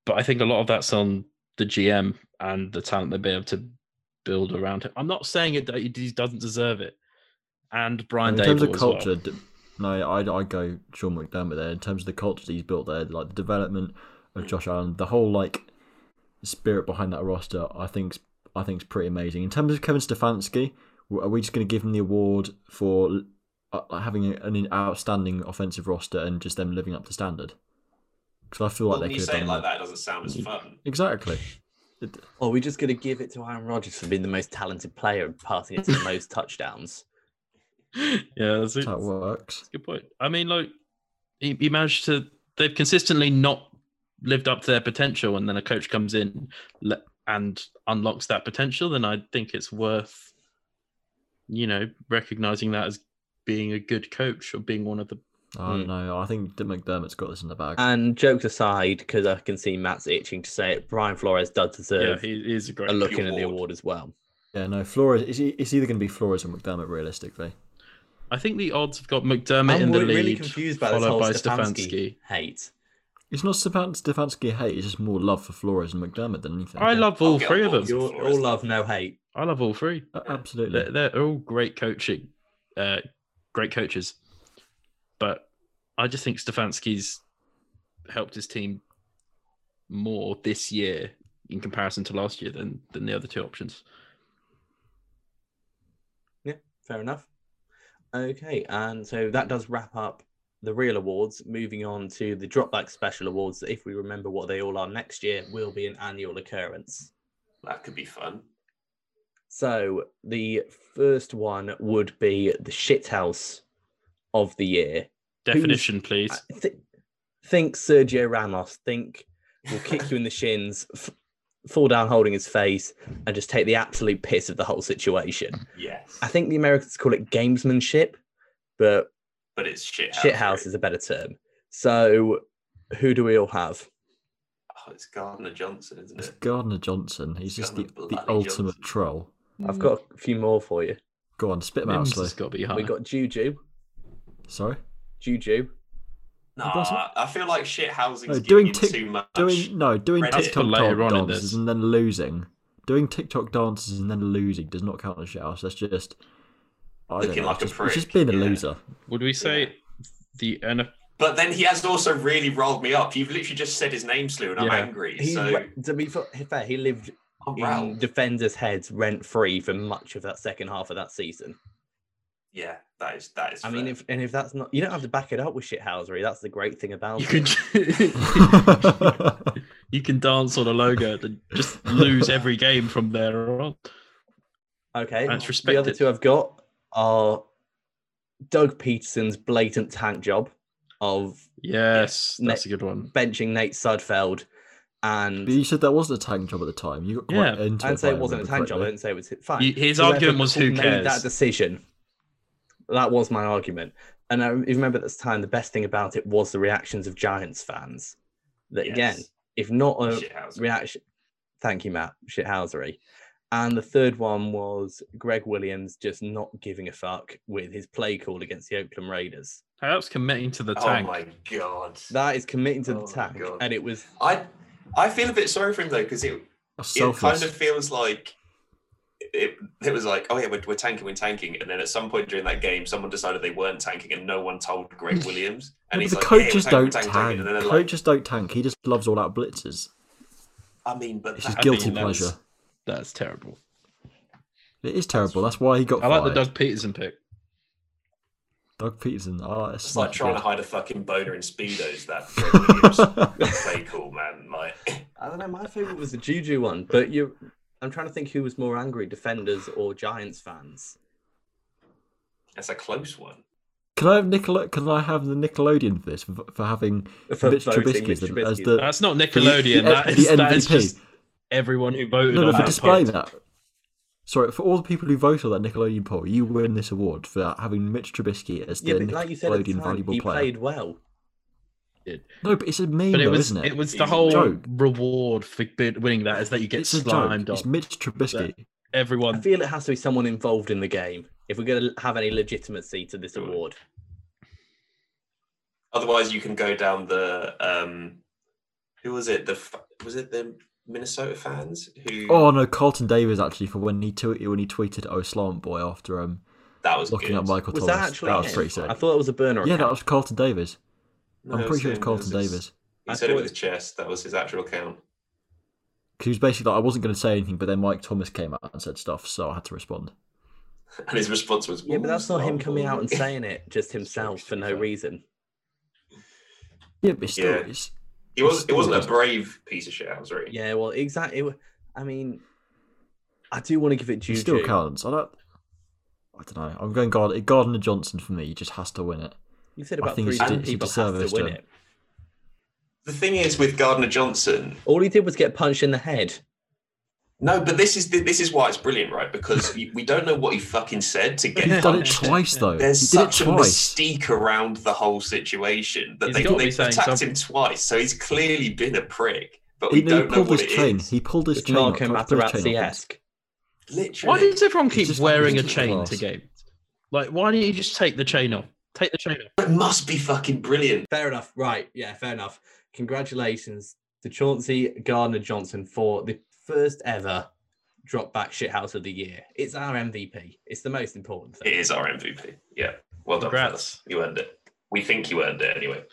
E: but I think a lot of that's on the GM and the talent they've been able to build around him. I'm not saying it that he he doesn't deserve it, and Brian
F: in terms
E: Dable
F: of
E: as well.
F: culture, d no, I I go Sean McDermott there. In terms of the culture that he's built there, like the development of Josh Allen, the whole like spirit behind that roster, I think's I think's pretty amazing. In terms of Kevin Stefanski, w- are we just going to give him the award for uh, like, having an outstanding offensive roster and just them living up to standard? Because I feel like
D: when
F: they
D: you
F: could
D: say
F: have
D: it
F: done
D: like
F: that.
D: that, it doesn't sound
C: Mm.
D: as fun.
F: Exactly.
C: Oh, we're just going to give it to Aaron Rodgers for being the most talented player and passing it to the most touchdowns.
E: yeah, that's
F: That's
E: it.
F: how it works.
E: That's a good point. I mean, like he, he managed to. They've consistently not lived up to their potential, and then a coach comes in le- and unlocks that potential. Then I think it's worth, you know, recognizing that as being a good coach or being one of the.
F: I don't
C: Hmm.
F: know. I think that McDermott's got this in the bag.
C: And jokes aside, because I can see Matt's itching to say it, Brian Flores does
E: Yeah,
C: deserve
E: he he is a great.
C: a look
E: coach.
C: in at the
D: award.
C: award as well.
F: yeah, no, Flores. It's, e- it's either going to be Flores or McDermott, realistically.
E: I think the odds have got McDermott in the
C: really
E: lead,
C: confused by this
E: followed
C: whole
E: by
C: Stefanski,
E: Stefanski.
C: hate.
F: It's not Stepan- Stefanski hate. It's just more love for Flores and McDermott than anything.
E: I love all
D: I'll get
E: three
D: on
E: of
D: board.
E: them.
D: You're-
C: All, all love, no hate.
E: I love all three.
F: Uh, absolutely.
E: They're, they're all great coaching, uh, great coaches, but I just think Stefanski's helped his team more this year in comparison to last year than than the other two options.
C: Fair enough. Okay, and so that does wrap up the real awards. Moving on to the dropback special awards. that If we remember what they all are next year, will be an annual occurrence.
D: That could be fun.
C: So the first one would be the shithouse of the year,
E: Definition, please.
C: I thi- think Sergio Ramos. Think will kick you in the shins, f- fall down holding his face, and just take the absolute piss of the whole situation.
D: Yes.
C: I think the Americans call it gamesmanship, but
D: But it's shit.
C: shithouse is a better term. So, who do we all have?
D: Oh, it's Gardner Johnson, isn't
F: It's
D: it?
F: Gardner Johnson. He's just the,
D: Gardner
F: the
D: bloody
F: ultimate
D: Johnson.
F: troll.
C: I've got a few more for you.
F: Go on, spit him out,
E: Mims
F: Slee.
E: has got to be high.
C: We got Juju,
F: Sorry.
C: Juju.
D: No,
F: Bless him.
D: I I feel like shit housing
F: No,
D: is
F: doing
D: doing
F: tic-
D: too much.
F: Doing no, doing
D: Reddit. That's for
F: TikTok
E: later
F: dan-
E: on in
F: dances
E: this.
F: and then losing. Doing TikTok dances and then losing does not count as shithouse. That's just I don't
D: Looking
F: know,
D: like a
F: just, it's just
D: prick,
F: being a
D: yeah.
F: loser.
E: Would we say
D: Yeah.
E: the NFL?
D: But then he has also really rolled me up. You've literally just said his name, Slew, and I'm
E: Yeah.
D: angry.
C: He,
D: so oh,
C: re- to be fa- fair, he lived
D: I'm
C: in
D: riled.
C: defenders' heads rent free for much of that second half of that season.
D: Yeah, that is that is.
C: I mean,
D: fair.
C: if and if that's not, you don't have to back it up with shithousery. That's the great thing about
E: You
C: it.
E: can you can dance on a logo and just lose every game from there on.
C: Okay,
E: That's
C: the other
E: respected.
C: two I've got are Doug Peterson's blatant tank job of
E: Yes,
C: Yeah.
E: that's a good one.
C: benching Nate Sudfeld, and
F: But you said that wasn't a tank job at the time. You got quite
E: Yeah,
F: into
C: I
F: it.
C: didn't
F: if
C: say
F: I
C: it wasn't a
F: remember
C: tank job. I
F: correctly.
C: didn't say it was fine.
E: Y- His
C: Whoever
E: argument was, "Who
C: made That
E: cares?"
C: decision. That was my argument, and I remember at this time the best thing about it was the reactions of Giants fans. That again,
D: Yes.
C: if not a
D: shit housing.
C: reaction. Thank you, Matt. Shithousery. And the third one was Greg Williams just not giving a fuck with his play call against the Oakland Raiders.
E: Perhaps committing to the
D: oh
E: tank.
D: my god,
C: That is committing to
D: Oh
C: the
D: my
C: tack.
D: God.
C: And it was
D: I I feel a bit sorry for him though because it
F: That's
D: it
F: selfless.
D: kind of feels like it, it was like oh yeah we're, we're tanking we're tanking and then at some point during that game someone decided they weren't tanking and no one told Greg Williams and
F: But
D: he's
F: the
D: like yeah, we're
F: coaches
D: tanking, we're
F: don't
D: tanking,
F: tank.
D: tanking. and then they're like
F: coaches don't tank. He just loves all out blitzers.
D: I mean but
F: It's his
D: that-
F: guilty
E: think that's-
F: pleasure.
E: That's terrible.
F: It is terrible. That's why he got
E: I like the
F: fired.
E: Doug Peterson pick.
F: Doug Peterson. I like
D: it's like trying to hide a fucking boner in speedos that Greg Williams
F: hide.
D: play cool man like
C: I don't know, my favourite was the Juju one, but you I'm trying to think who was more angry, defenders or Giants fans.
D: it's a close one
F: Can I have Nickel? Can I have the Nickelodeon for this for, for having
C: For
F: Mitch
C: voting
F: Trubisky
C: Mitch
F: as the- as
C: Trubisky.
F: the
E: That's not Nickelodeon.
F: the-
E: that,
F: the
E: is, that is
F: MVP.
E: just everyone who voted
F: no,
E: on
F: no, for
E: that.
F: displaying
E: poll.
F: that. Sorry, for all the people who voted on that Nickelodeon poll, you win this award for having Mitch Trubisky as the
C: Yeah, but
F: Nickelodeon
C: like you said, at the time,
F: valuable
C: he
F: player.
C: played well.
F: No, but it's a meme,
E: But it
F: though,
E: was
F: isn't
E: it?
F: it?
E: was the
D: It's a
E: whole
F: joke.
E: reward for bid- winning that is that you get
F: it's a
E: slimed
F: joke. It's
E: off.
F: Mitch Trubisky.
C: I
E: Everyone
C: feel it has to be someone involved in the game if we're gonna have any legitimacy to this
D: Sure.
C: award.
D: Otherwise, you can go down the um, who was it? The f- was it the Minnesota fans who?
F: Oh no, Carlton Davis actually for when he tweeted when he tweeted "Oh Slant Boy" after um
D: that was
F: looking
D: good.
F: at Michael
C: Was
F: Thomas.
C: that actually
F: that was
C: him?
F: pretty sick.
C: I thought that was a burner.
F: Yeah, that
C: account.
F: was Carlton Davis.
D: No,
F: I'm
D: it
F: pretty sure
D: him.
F: it's Carlton
D: It was his-
F: Davis.
D: He
C: I
D: said it
C: thought
D: with
C: it-
D: his chest. That was his actual account.
F: Because he was basically like, I wasn't going to say anything, but then Mike Thomas came out and said stuff, so I had to respond.
D: And his response was,
C: Yeah, but that's not him
D: "Ooh,
C: coming out and
D: sorry."
C: saying it, just himself for no reason.
F: Yeah, but still,
D: Yeah.
F: it's,
D: It was. It wasn't a brave piece of shit. I was right.
C: Yeah, well, exactly. I mean, I do want to give it
F: it
C: Juju.
F: still counts. I don't. I don't know. I'm going Gardner, Gardner Johnson for me. He just has to win it.
C: You said
F: I
C: about
F: think
C: three
F: he's
C: different
F: de- he
C: people have to
F: deserves
C: win
F: to.
C: it.
D: The thing is with Gardner Johnson.
C: All he did was get punched in the head.
D: No, but this is this is why it's brilliant, right? Because you- we don't know what he fucking said to get
F: He's done it
D: punched.
F: twice though.
D: There's
F: he did it
D: such a
F: twice.
D: mystique around the whole situation that
E: He's
D: they,
E: gotta
D: they
E: be saying
D: attacked him twice, so he's clearly been a prick. But
F: He,
D: we
F: he
D: don't know
F: pulled
D: what
F: his
D: it is.
F: chain. He pulled his
C: It's
F: chain. off.
C: Marco
F: He pulled his chain off.
C: Materazzi-esque.
D: Literally.
E: Why does everyone
F: It's
E: keep
F: just
E: wearing a
F: fucking
E: chain
F: class.
E: to games? Like, why don't you just take the chain off? Take the chain off.
D: It must be fucking brilliant.
C: Fair enough. Right. Yeah, fair enough. Congratulations to Chauncey Gardner Johnson for the first ever drop back shithouse of the year. It's our MVP. It's the most important
D: It
C: thing.
D: is our MVP. Yeah. Well done.
E: Congrats.
D: fellas. You earned it. We think you earned it anyway.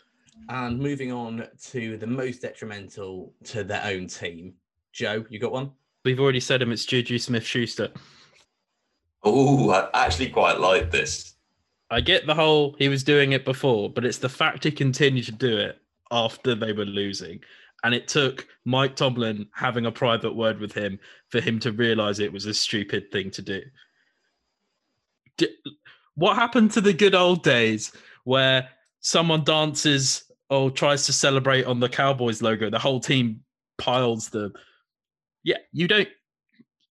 C: And moving on to the most detrimental to their own team. Joe, you got one?
E: We've already said him. It's Juju Smith Schuster.
D: Oh, I actually quite like this.
E: I get the whole he was doing it before, but it's the fact he continued to do it after they were losing. And it took Mike Tomlin having a private word with him for him to realize it was a stupid thing to do. D- What happened to the good old days where someone dances or tries to celebrate on the Cowboys logo, the whole team piles the. Yeah, you don't.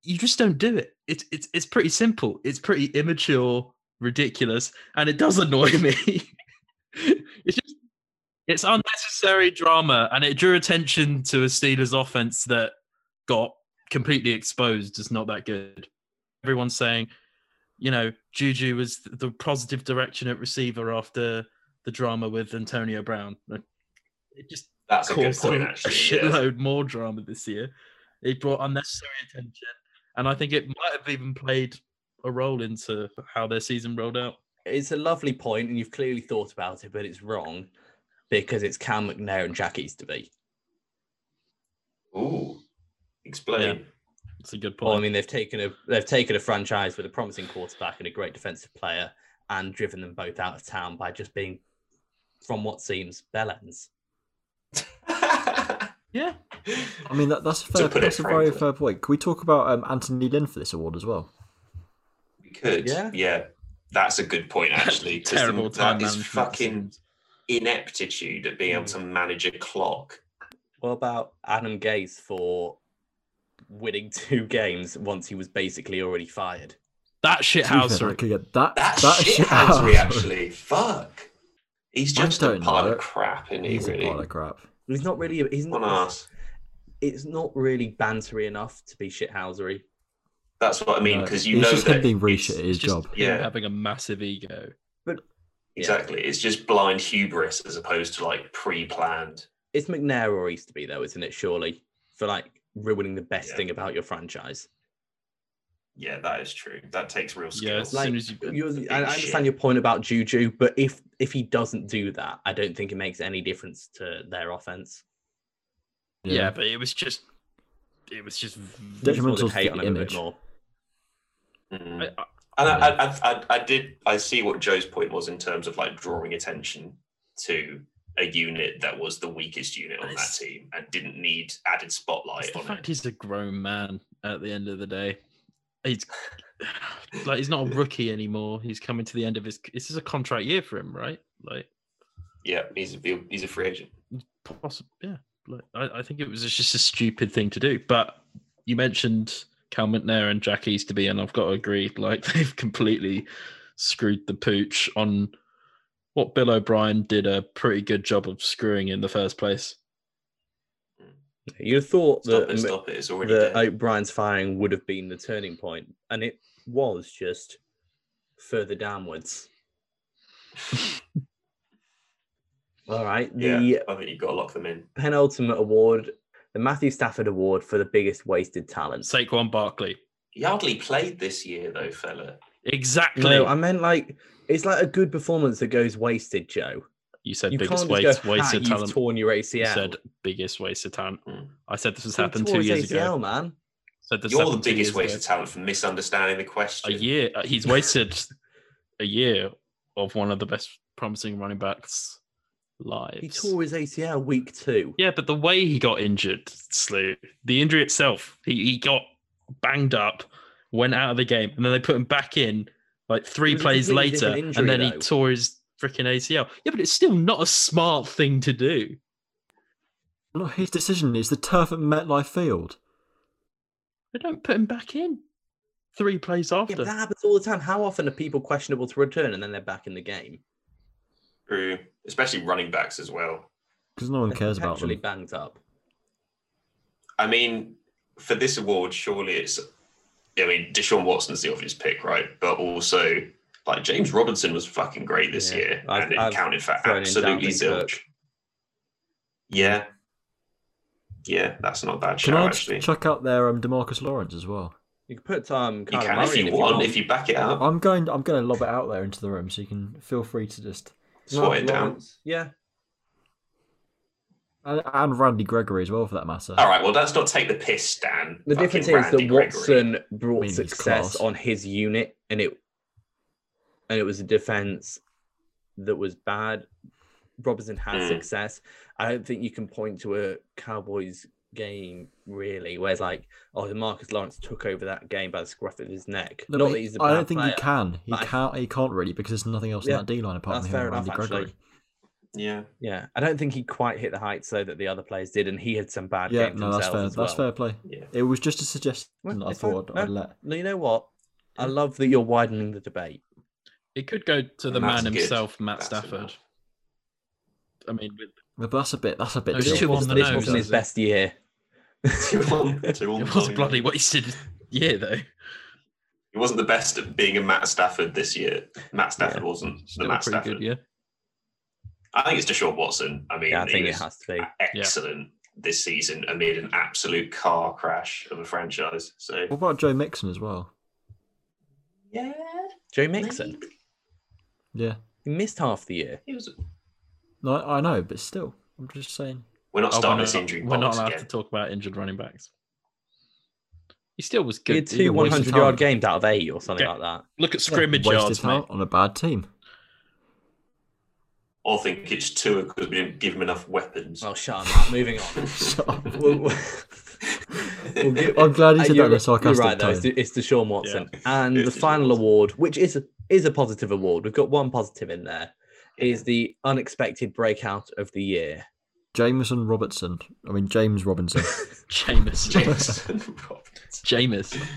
E: You just don't do it. It's it's it's pretty simple. It's pretty immature, ridiculous, and it does annoy me. it's just it's unnecessary drama, and it drew attention to a Steelers offense that got completely exposed as not that good. Everyone's saying, you know, Juju was the positive direction at receiver after the drama with Antonio Brown. It just
D: That's a good
E: caused
D: point,
E: a
D: actually. yeah.
E: shitload more drama this year. It brought unnecessary attention, and I think it might have even played a role into how their season rolled out.
C: It's a lovely point, and you've clearly thought about it, but it's wrong because it's Cam McNair and Jack Easterby.
D: Ooh, explain.
E: It's a good point.
C: Well, I mean, they've taken a they've taken a franchise with a promising quarterback and a great defensive player, and driven them both out of town by just being, from what seems, bellends.
E: yeah,
F: I mean, that, that's a fair.
D: put it
F: That's a very
D: frankly.
F: fair point. Can we talk about um, Anthony Lynn for this award as well?
D: we could.
C: Yeah.
D: Yeah. That's a good point, actually. 'cause
E: terrible
D: the-
E: time
D: That is
E: management.
D: fucking ineptitude at being able to
F: Hmm.
D: manage a clock.
C: What about Adam Gase for winning two games once he was basically already fired?
E: that shit
F: To be
E: house.
F: fair, that could get- That,
D: That,
F: that
D: shit
F: shithousery.
D: has me actually. Fuck. He's
F: I
D: just a
F: don't
D: pile
F: know.
D: of crap, isn't he?
F: He's a
D: Really,
F: pile of crap.
C: He's not really. He's
D: on
C: not.
D: us.
C: It's not really bantery enough to be shithousery.
D: That's what I mean.
F: No,
D: Because you
F: Uh, he's
D: know
F: just
D: that
F: him being really
D: it's-
F: shit at his
E: Just
F: job.
E: him
D: Yeah.
E: having a massive ego.
D: Exactly. It's just blind hubris as opposed to like pre-planned.
C: It's McNair or Easterby though, isn't it? Surely for like ruining the best
D: Yeah.
C: thing about your franchise.
D: Yeah, that is true. That takes real skill.
E: Yeah, as
C: Like,
E: soon as you
C: you
D: big
C: I I understand
D: shit.
C: your point about Juju, but if if he doesn't do that, I don't think it makes any difference to their offense.
E: yeah. but it was just, it was just.
C: I just wanted
F: Detrimental to
C: hate
F: the
C: on him a
F: image.
C: bit more.
D: Mm.
E: I, I,
D: And I, I, I, I, I did. I see what Joe's point was in terms of like drawing attention to a unit that was the weakest unit on that
E: It's-
D: team and didn't need added spotlight
E: it's the
D: on
E: fact
D: it.
E: he's a grown man. At the end of the day, he's like he's not a rookie anymore. He's coming to the end of his. This is a contract year for him, right? Like
D: Yeah, he's a, he's a free agent.
E: possible. Yeah, like, I, I think it was just a stupid thing to do. But you mentioned Cal McNair and Jack Easterby, and I've got to agree. Like they've completely screwed the pooch on what Bill O'Brien did a pretty good job of screwing in the first place.
C: You'd have thought
D: Stop
C: that
D: it!
C: m-
D: Stop it! It's already
C: that
D: dead.
C: O'Brien's firing would have been the turning point, and it was just further downwards. All right, the
D: yeah, I think you've got to lock them in.
C: penultimate award, the Matthew Stafford Award for the biggest wasted talent.
E: Saquon Barkley,
D: Yardley played this year though, fella.
E: exactly.
C: No, I meant like it's like a good performance that goes wasted, Joe.
E: you said
C: you
E: biggest
C: can't just
E: waste,
C: go, "Ha,
E: wasted
C: you've
E: talent.
C: torn your
E: You
C: ACL.
E: said biggest waste of talent.
D: Mm.
E: I said this was
C: He
E: happened
C: tore
E: two
C: his
E: years
C: ACL,
E: ago.
C: man.
E: Said this
D: You're the
E: happened two
D: biggest
E: years
D: waste
E: ago.
D: of talent for misunderstanding the
E: A
D: question.
E: year. uh, He's wasted a year of one of the best promising running backs
C: He
E: lives.
C: tore his ACL week two.
E: Yeah, but the way he got injured, Slew, the injury itself, he, he got banged up, went out of the game, and then they put him back in like
C: It
E: three
C: was a
E: plays
C: completely
E: later,
C: different injury,
E: and then
C: though.
E: he tore his freaking ACL. Yeah, but it's still not a smart thing to do.
F: Not his decision. It's the turf at MetLife Field.
E: They don't put him back in three plays
C: Yeah,
E: after.
C: but that happens all the time. How often are people questionable to return and then they're back in the game?
D: True, especially running backs as well.
F: Because no one
C: They're
F: cares about
C: perpetually
F: them.
C: banged up.
D: I mean, for this award, surely it's. I mean, Deshaun Watson's the obvious pick, right? But also, like James Robinson was fucking great this
C: Yeah,
D: year,
C: I've-
D: and it
C: I've
D: counted for
C: thrown in
D: absolutely
C: Dalvin Cook.
D: zilch. Yeah, yeah, that's not a bad
F: Can I
D: show
F: just
D: actually.
F: chuck out there um, Demarcus Lawrence as well?
C: You can put um,
D: you
C: Kyler
D: can
C: Murray
D: if
C: in
D: you want, if you back it up,
F: I'm going. I'm going to lob it out there into the room, so you can feel free to just
D: swat it down.
C: Lawrence, Yeah.
F: and, and Randy Gregory as well for that matter.
D: All right, well, let's not take the piss, Stan.
C: The
D: Fucking
C: difference is
D: Randy
C: that
D: Gregory.
C: Watson brought
F: mean, he's
C: success
F: class.
C: on his unit and it and it was a defense that was bad. Robinson had
D: Mm.
C: success. I don't think you can point to a Cowboys game really where it's like, oh, the Marcus Lawrence took over that game by the scruff of his neck.
F: No,
C: Not
F: but
C: that he's a
F: I
C: bad
F: don't think
C: player.
F: he can. He
C: but I-
F: can't. He can't really because there's nothing else
C: Yeah,
F: in that D line apart
C: that's
F: from him
C: fair
F: and Randy
C: enough, actually.
F: Gregory.
D: Yeah.
C: Yeah, I don't think he quite hit the heights though that the other players did, and he had some bad
F: yeah,
C: games
F: no, that's
C: himself
F: fair.
C: as well.
F: That's fair play.
D: Yeah.
F: It was just a suggestion
C: Well,
F: that I
C: it's fine.
F: thought I'd, I'd let.
C: No, you know what? I love that you're widening the debate.
E: It could go to the
D: And that's
E: man
D: good.
E: himself, Matt
D: That's
E: Stafford.
D: enough.
E: I mean, with
F: But that's a bit. That's a bit.
E: No, It's
C: This
E: two
F: short.
E: on
C: was-
E: the
C: this
E: nose,
C: wasn't his
E: is it?
C: best year.
D: Two on, two on
E: it was a
D: time.
E: bloody wasted year though.
D: He wasn't the best at being a Matt Stafford this year. Matt Stafford wasn't
E: Still
D: the
E: a
D: Matt
E: pretty
D: Stafford.
E: good Oh, year.
D: I think it's Deshaun Watson. I mean,
C: Yeah, I
D: he
C: think it
D: was
C: has to be.
D: excellent this season amid an absolute car crash of a franchise. So
F: What about Joe Mixon as well?
D: yeah,
C: Joe Mixon.
F: Yeah.
C: He missed half the year.
D: he was.
F: No, I, I know, but still, I'm just saying.
D: We're not
E: Oh,
D: starting
E: we're
D: this
E: not-
D: injury
E: We're not
D: box
E: allowed
D: again.
E: to talk about injured running backs. He still was
C: He
E: good.
C: had
E: He
C: two
E: was-
C: 100 yard
F: time.
C: games out of eight or something
E: Yeah.
C: like that.
E: Look at scrimmage
F: wasted
E: yards, mate.
F: talent on a bad team.
D: Or think it's two because we didn't give him enough weapons.
C: Well, shut up. Matt. Moving on. We'll- we'll- we'll get-
F: I'm glad he
C: Uh,
F: said that
C: you're-
F: in
C: you're
F: a sarcastic
C: right, though. It's,
F: tone.
C: to- it's Deshaun Watson. And
D: It
C: the
D: is
C: final
D: Watson.
C: award, which is a, is a positive award, we've got one positive in there, is the unexpected breakout of the year.
F: Jameson Robertson. I mean, James Robinson.
E: Jameis.
D: Jameson Roberts.
E: Jameis.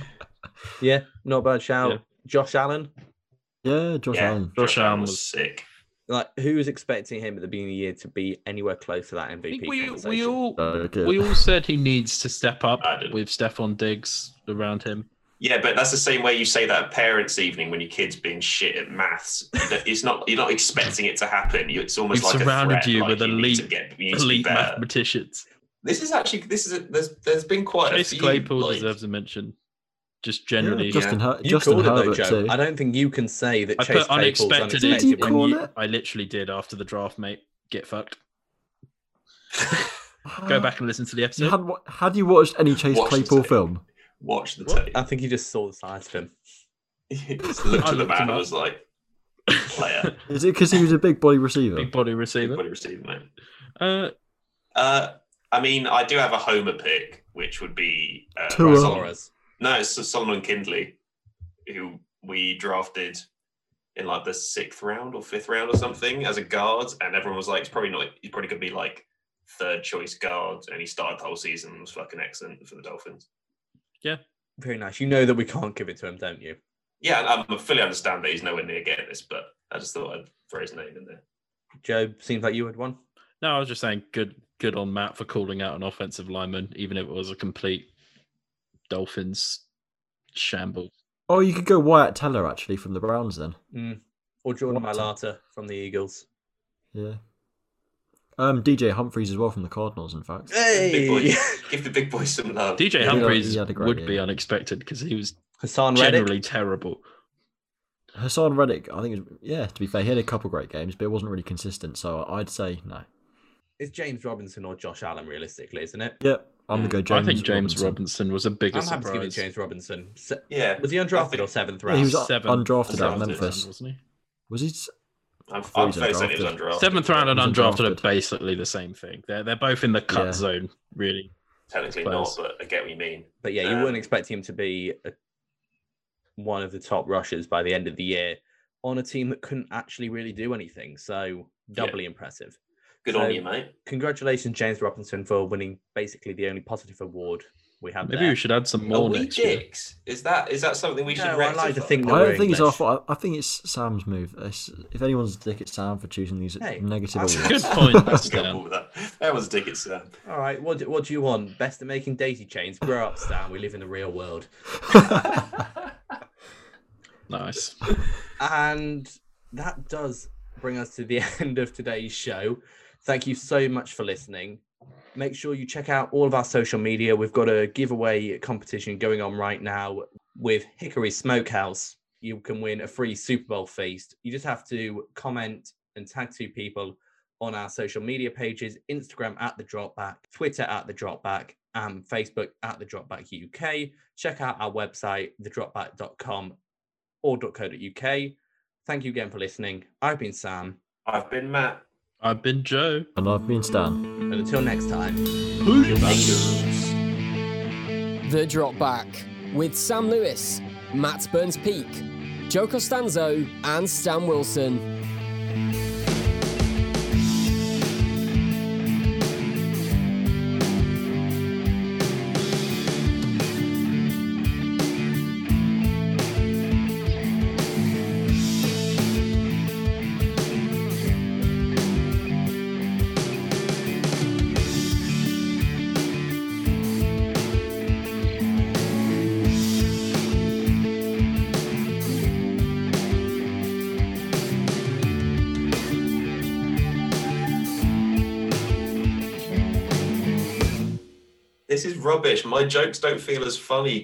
C: Yeah, not a bad shout.
E: Yeah.
C: Josh Allen,
F: yeah, Josh
D: Yeah.
F: Allen.
E: Josh Allen
D: was
E: was-
D: sick.
C: like who was expecting him at the beginning of the year to be anywhere close to that
E: I think
C: MVP
E: we,
C: conversation?
E: we all
F: So, Uh, yeah.
E: we all said he needs to step up
D: I did.
E: with Stefan Diggs around him.
D: Yeah, but that's the same way you say that at parents' evening when your kid's being shit at maths. It's not you're not expecting it to happen. You- It's almost
E: We've
D: like
E: surrounded
D: a threat,
E: you
D: like
E: with
D: you need to
E: elite-
D: get, you need to be
E: Elite
D: better.
E: mathematicians.
D: This is actually this is a, there's there's been quite a
E: Chase
D: few,
E: Claypool
D: like-
E: deserves a mention. Just
F: Yeah,
E: generally,
F: Justin, Her-
C: You
F: Justin
C: called
F: Herbert
C: it though, Joe.
F: too.
C: I don't think you can say that
E: I
C: Chase
E: put
C: Claypool's
E: unexpected.
C: unexpected.
E: in
F: Did you
E: when
F: call
E: you-
F: it?
E: I literally did after the draft, mate. Get fucked. Go back and listen to the
F: Uh, You
E: episode.
F: had, wa- had you watched any Chase
D: Watched the
F: Claypool
D: tape.
F: film?
D: Watch the
E: What?
D: tape.
C: I think you just saw the size of him.
D: He just looked
E: I
D: at the
E: looked
D: man
E: him
D: and
E: up.
D: was like, player,
F: Is it because he was a big body receiver?
E: Big body
D: what
E: receiver.
D: do you receive, mate?
E: Uh,
D: Uh, I mean, I do have a homer pick, which would be uh,
F: Tua.
D: Sol-
C: Torres.
D: No, it's Solomon Kindley, who we drafted in like the sixth round or fifth round or something as a guard, and everyone was like, "It's probably not. He's probably gonna be like third choice guard," and he started the whole season and was fucking excellent for the Dolphins.
C: Very nice. You know that we can't give it to him, don't you?
D: Yeah, and I fully understand that he's nowhere near getting this, but I just thought I'd throw his name in there.
C: Joe, seems like you had one.
E: no, I was just saying, good, good on Matt for calling out an offensive lineman, even if it was a complete Dolphins shamble.
F: Oh, you could go Wyatt Teller actually from the Browns then.
C: Mm. Or Jordan
F: Watson.
C: Mailata from the Eagles.
F: Yeah. Um, DJ Humphreys as well from the Cardinals, in fact.
D: Big boy.
C: Hey!
D: Give the big boy some love.
E: DJ
F: Yeah, he
E: Humphries
F: had a great
E: would
F: year.
E: be unexpected because he was
C: Hassan
E: generally
C: Reddick.
E: terrible.
F: Hassan Reddick, I think, it was, yeah, to be fair, he had a couple great games, but it wasn't really consistent, so I'd say no.
C: It's James Robinson or Josh Allen, realistically, isn't it?
F: Yep, I'm going to go James
E: I think James Robinson,
F: Robinson.
E: was a
C: I'm
E: bigger
C: happy to give it
E: surprise.
C: James Robinson. Se-
D: Yeah,
C: was he
D: I
C: undrafted
D: think-
C: or seventh
F: Yeah,
C: round?
F: he was un-
E: Seven.
F: undrafted out
D: Seven.
F: of Memphis.
E: wasn't he?
F: Was he? s-
D: I'm,
F: thought
D: I'm
F: he's
D: fairly certain he was
F: undrafted.
C: Oh.
D: undrafted.
E: Seventh round and
F: He's
E: undrafted are
F: undrafted.
E: basically the same thing. They're they're both in the cut
F: Yeah.
E: zone, really.
D: Technically not, but I get what you mean.
C: But yeah, you
D: Um,
C: weren't expecting him to be a, one of the top rushers by the end of the year on a team that couldn't actually really do anything. So doubly impressive.
D: Good
C: So-
D: on you, mate.
C: Congratulations, James Robinson, for winning basically the only positive award we have.
E: Maybe
C: there.
E: we should add some
D: Are
E: more
D: we
E: next year.
D: dicks? Is that is that something we should
C: No, I
D: rectify?
C: like to think that-
F: I
C: we're
F: don't think it's our
C: English.
F: fault. I I think it's Sam's move. It's, if anyone's a dick, it's Sam for choosing these
C: Hey,
F: negative
D: That's-
F: awards.
E: Good point.
D: That's a good
E: Yeah.
D: call with that. That was Dickens. Sam.
C: All right, what do, what do you want? Best at making daisy chains. Grow up, Stan. We live in the real world.
E: Nice.
C: And that does bring us to the end of today's show. Thank you so much for listening. Make sure you check out all of our social media. We've got a giveaway competition going on right now with Hickory Smokehouse. You can win a free Super Bowl feast. You just have to comment and tag two people on our social media pages Instagram at the dropback, Twitter at the dropback, and Facebook at the dropback UK. Check out our website, thedropback.com or .co.uk. Thank you again for listening. I've been Sam,
D: I've been Matt.
E: I've been Joe.
F: and I've been Stan.
C: and until next time.
D: Dickens.
B: The Drop Back with Sam Lewis, Matt Burns Peak, Joe Costanzo, and Stan Wilson.
D: This is rubbish. My jokes don't feel as funny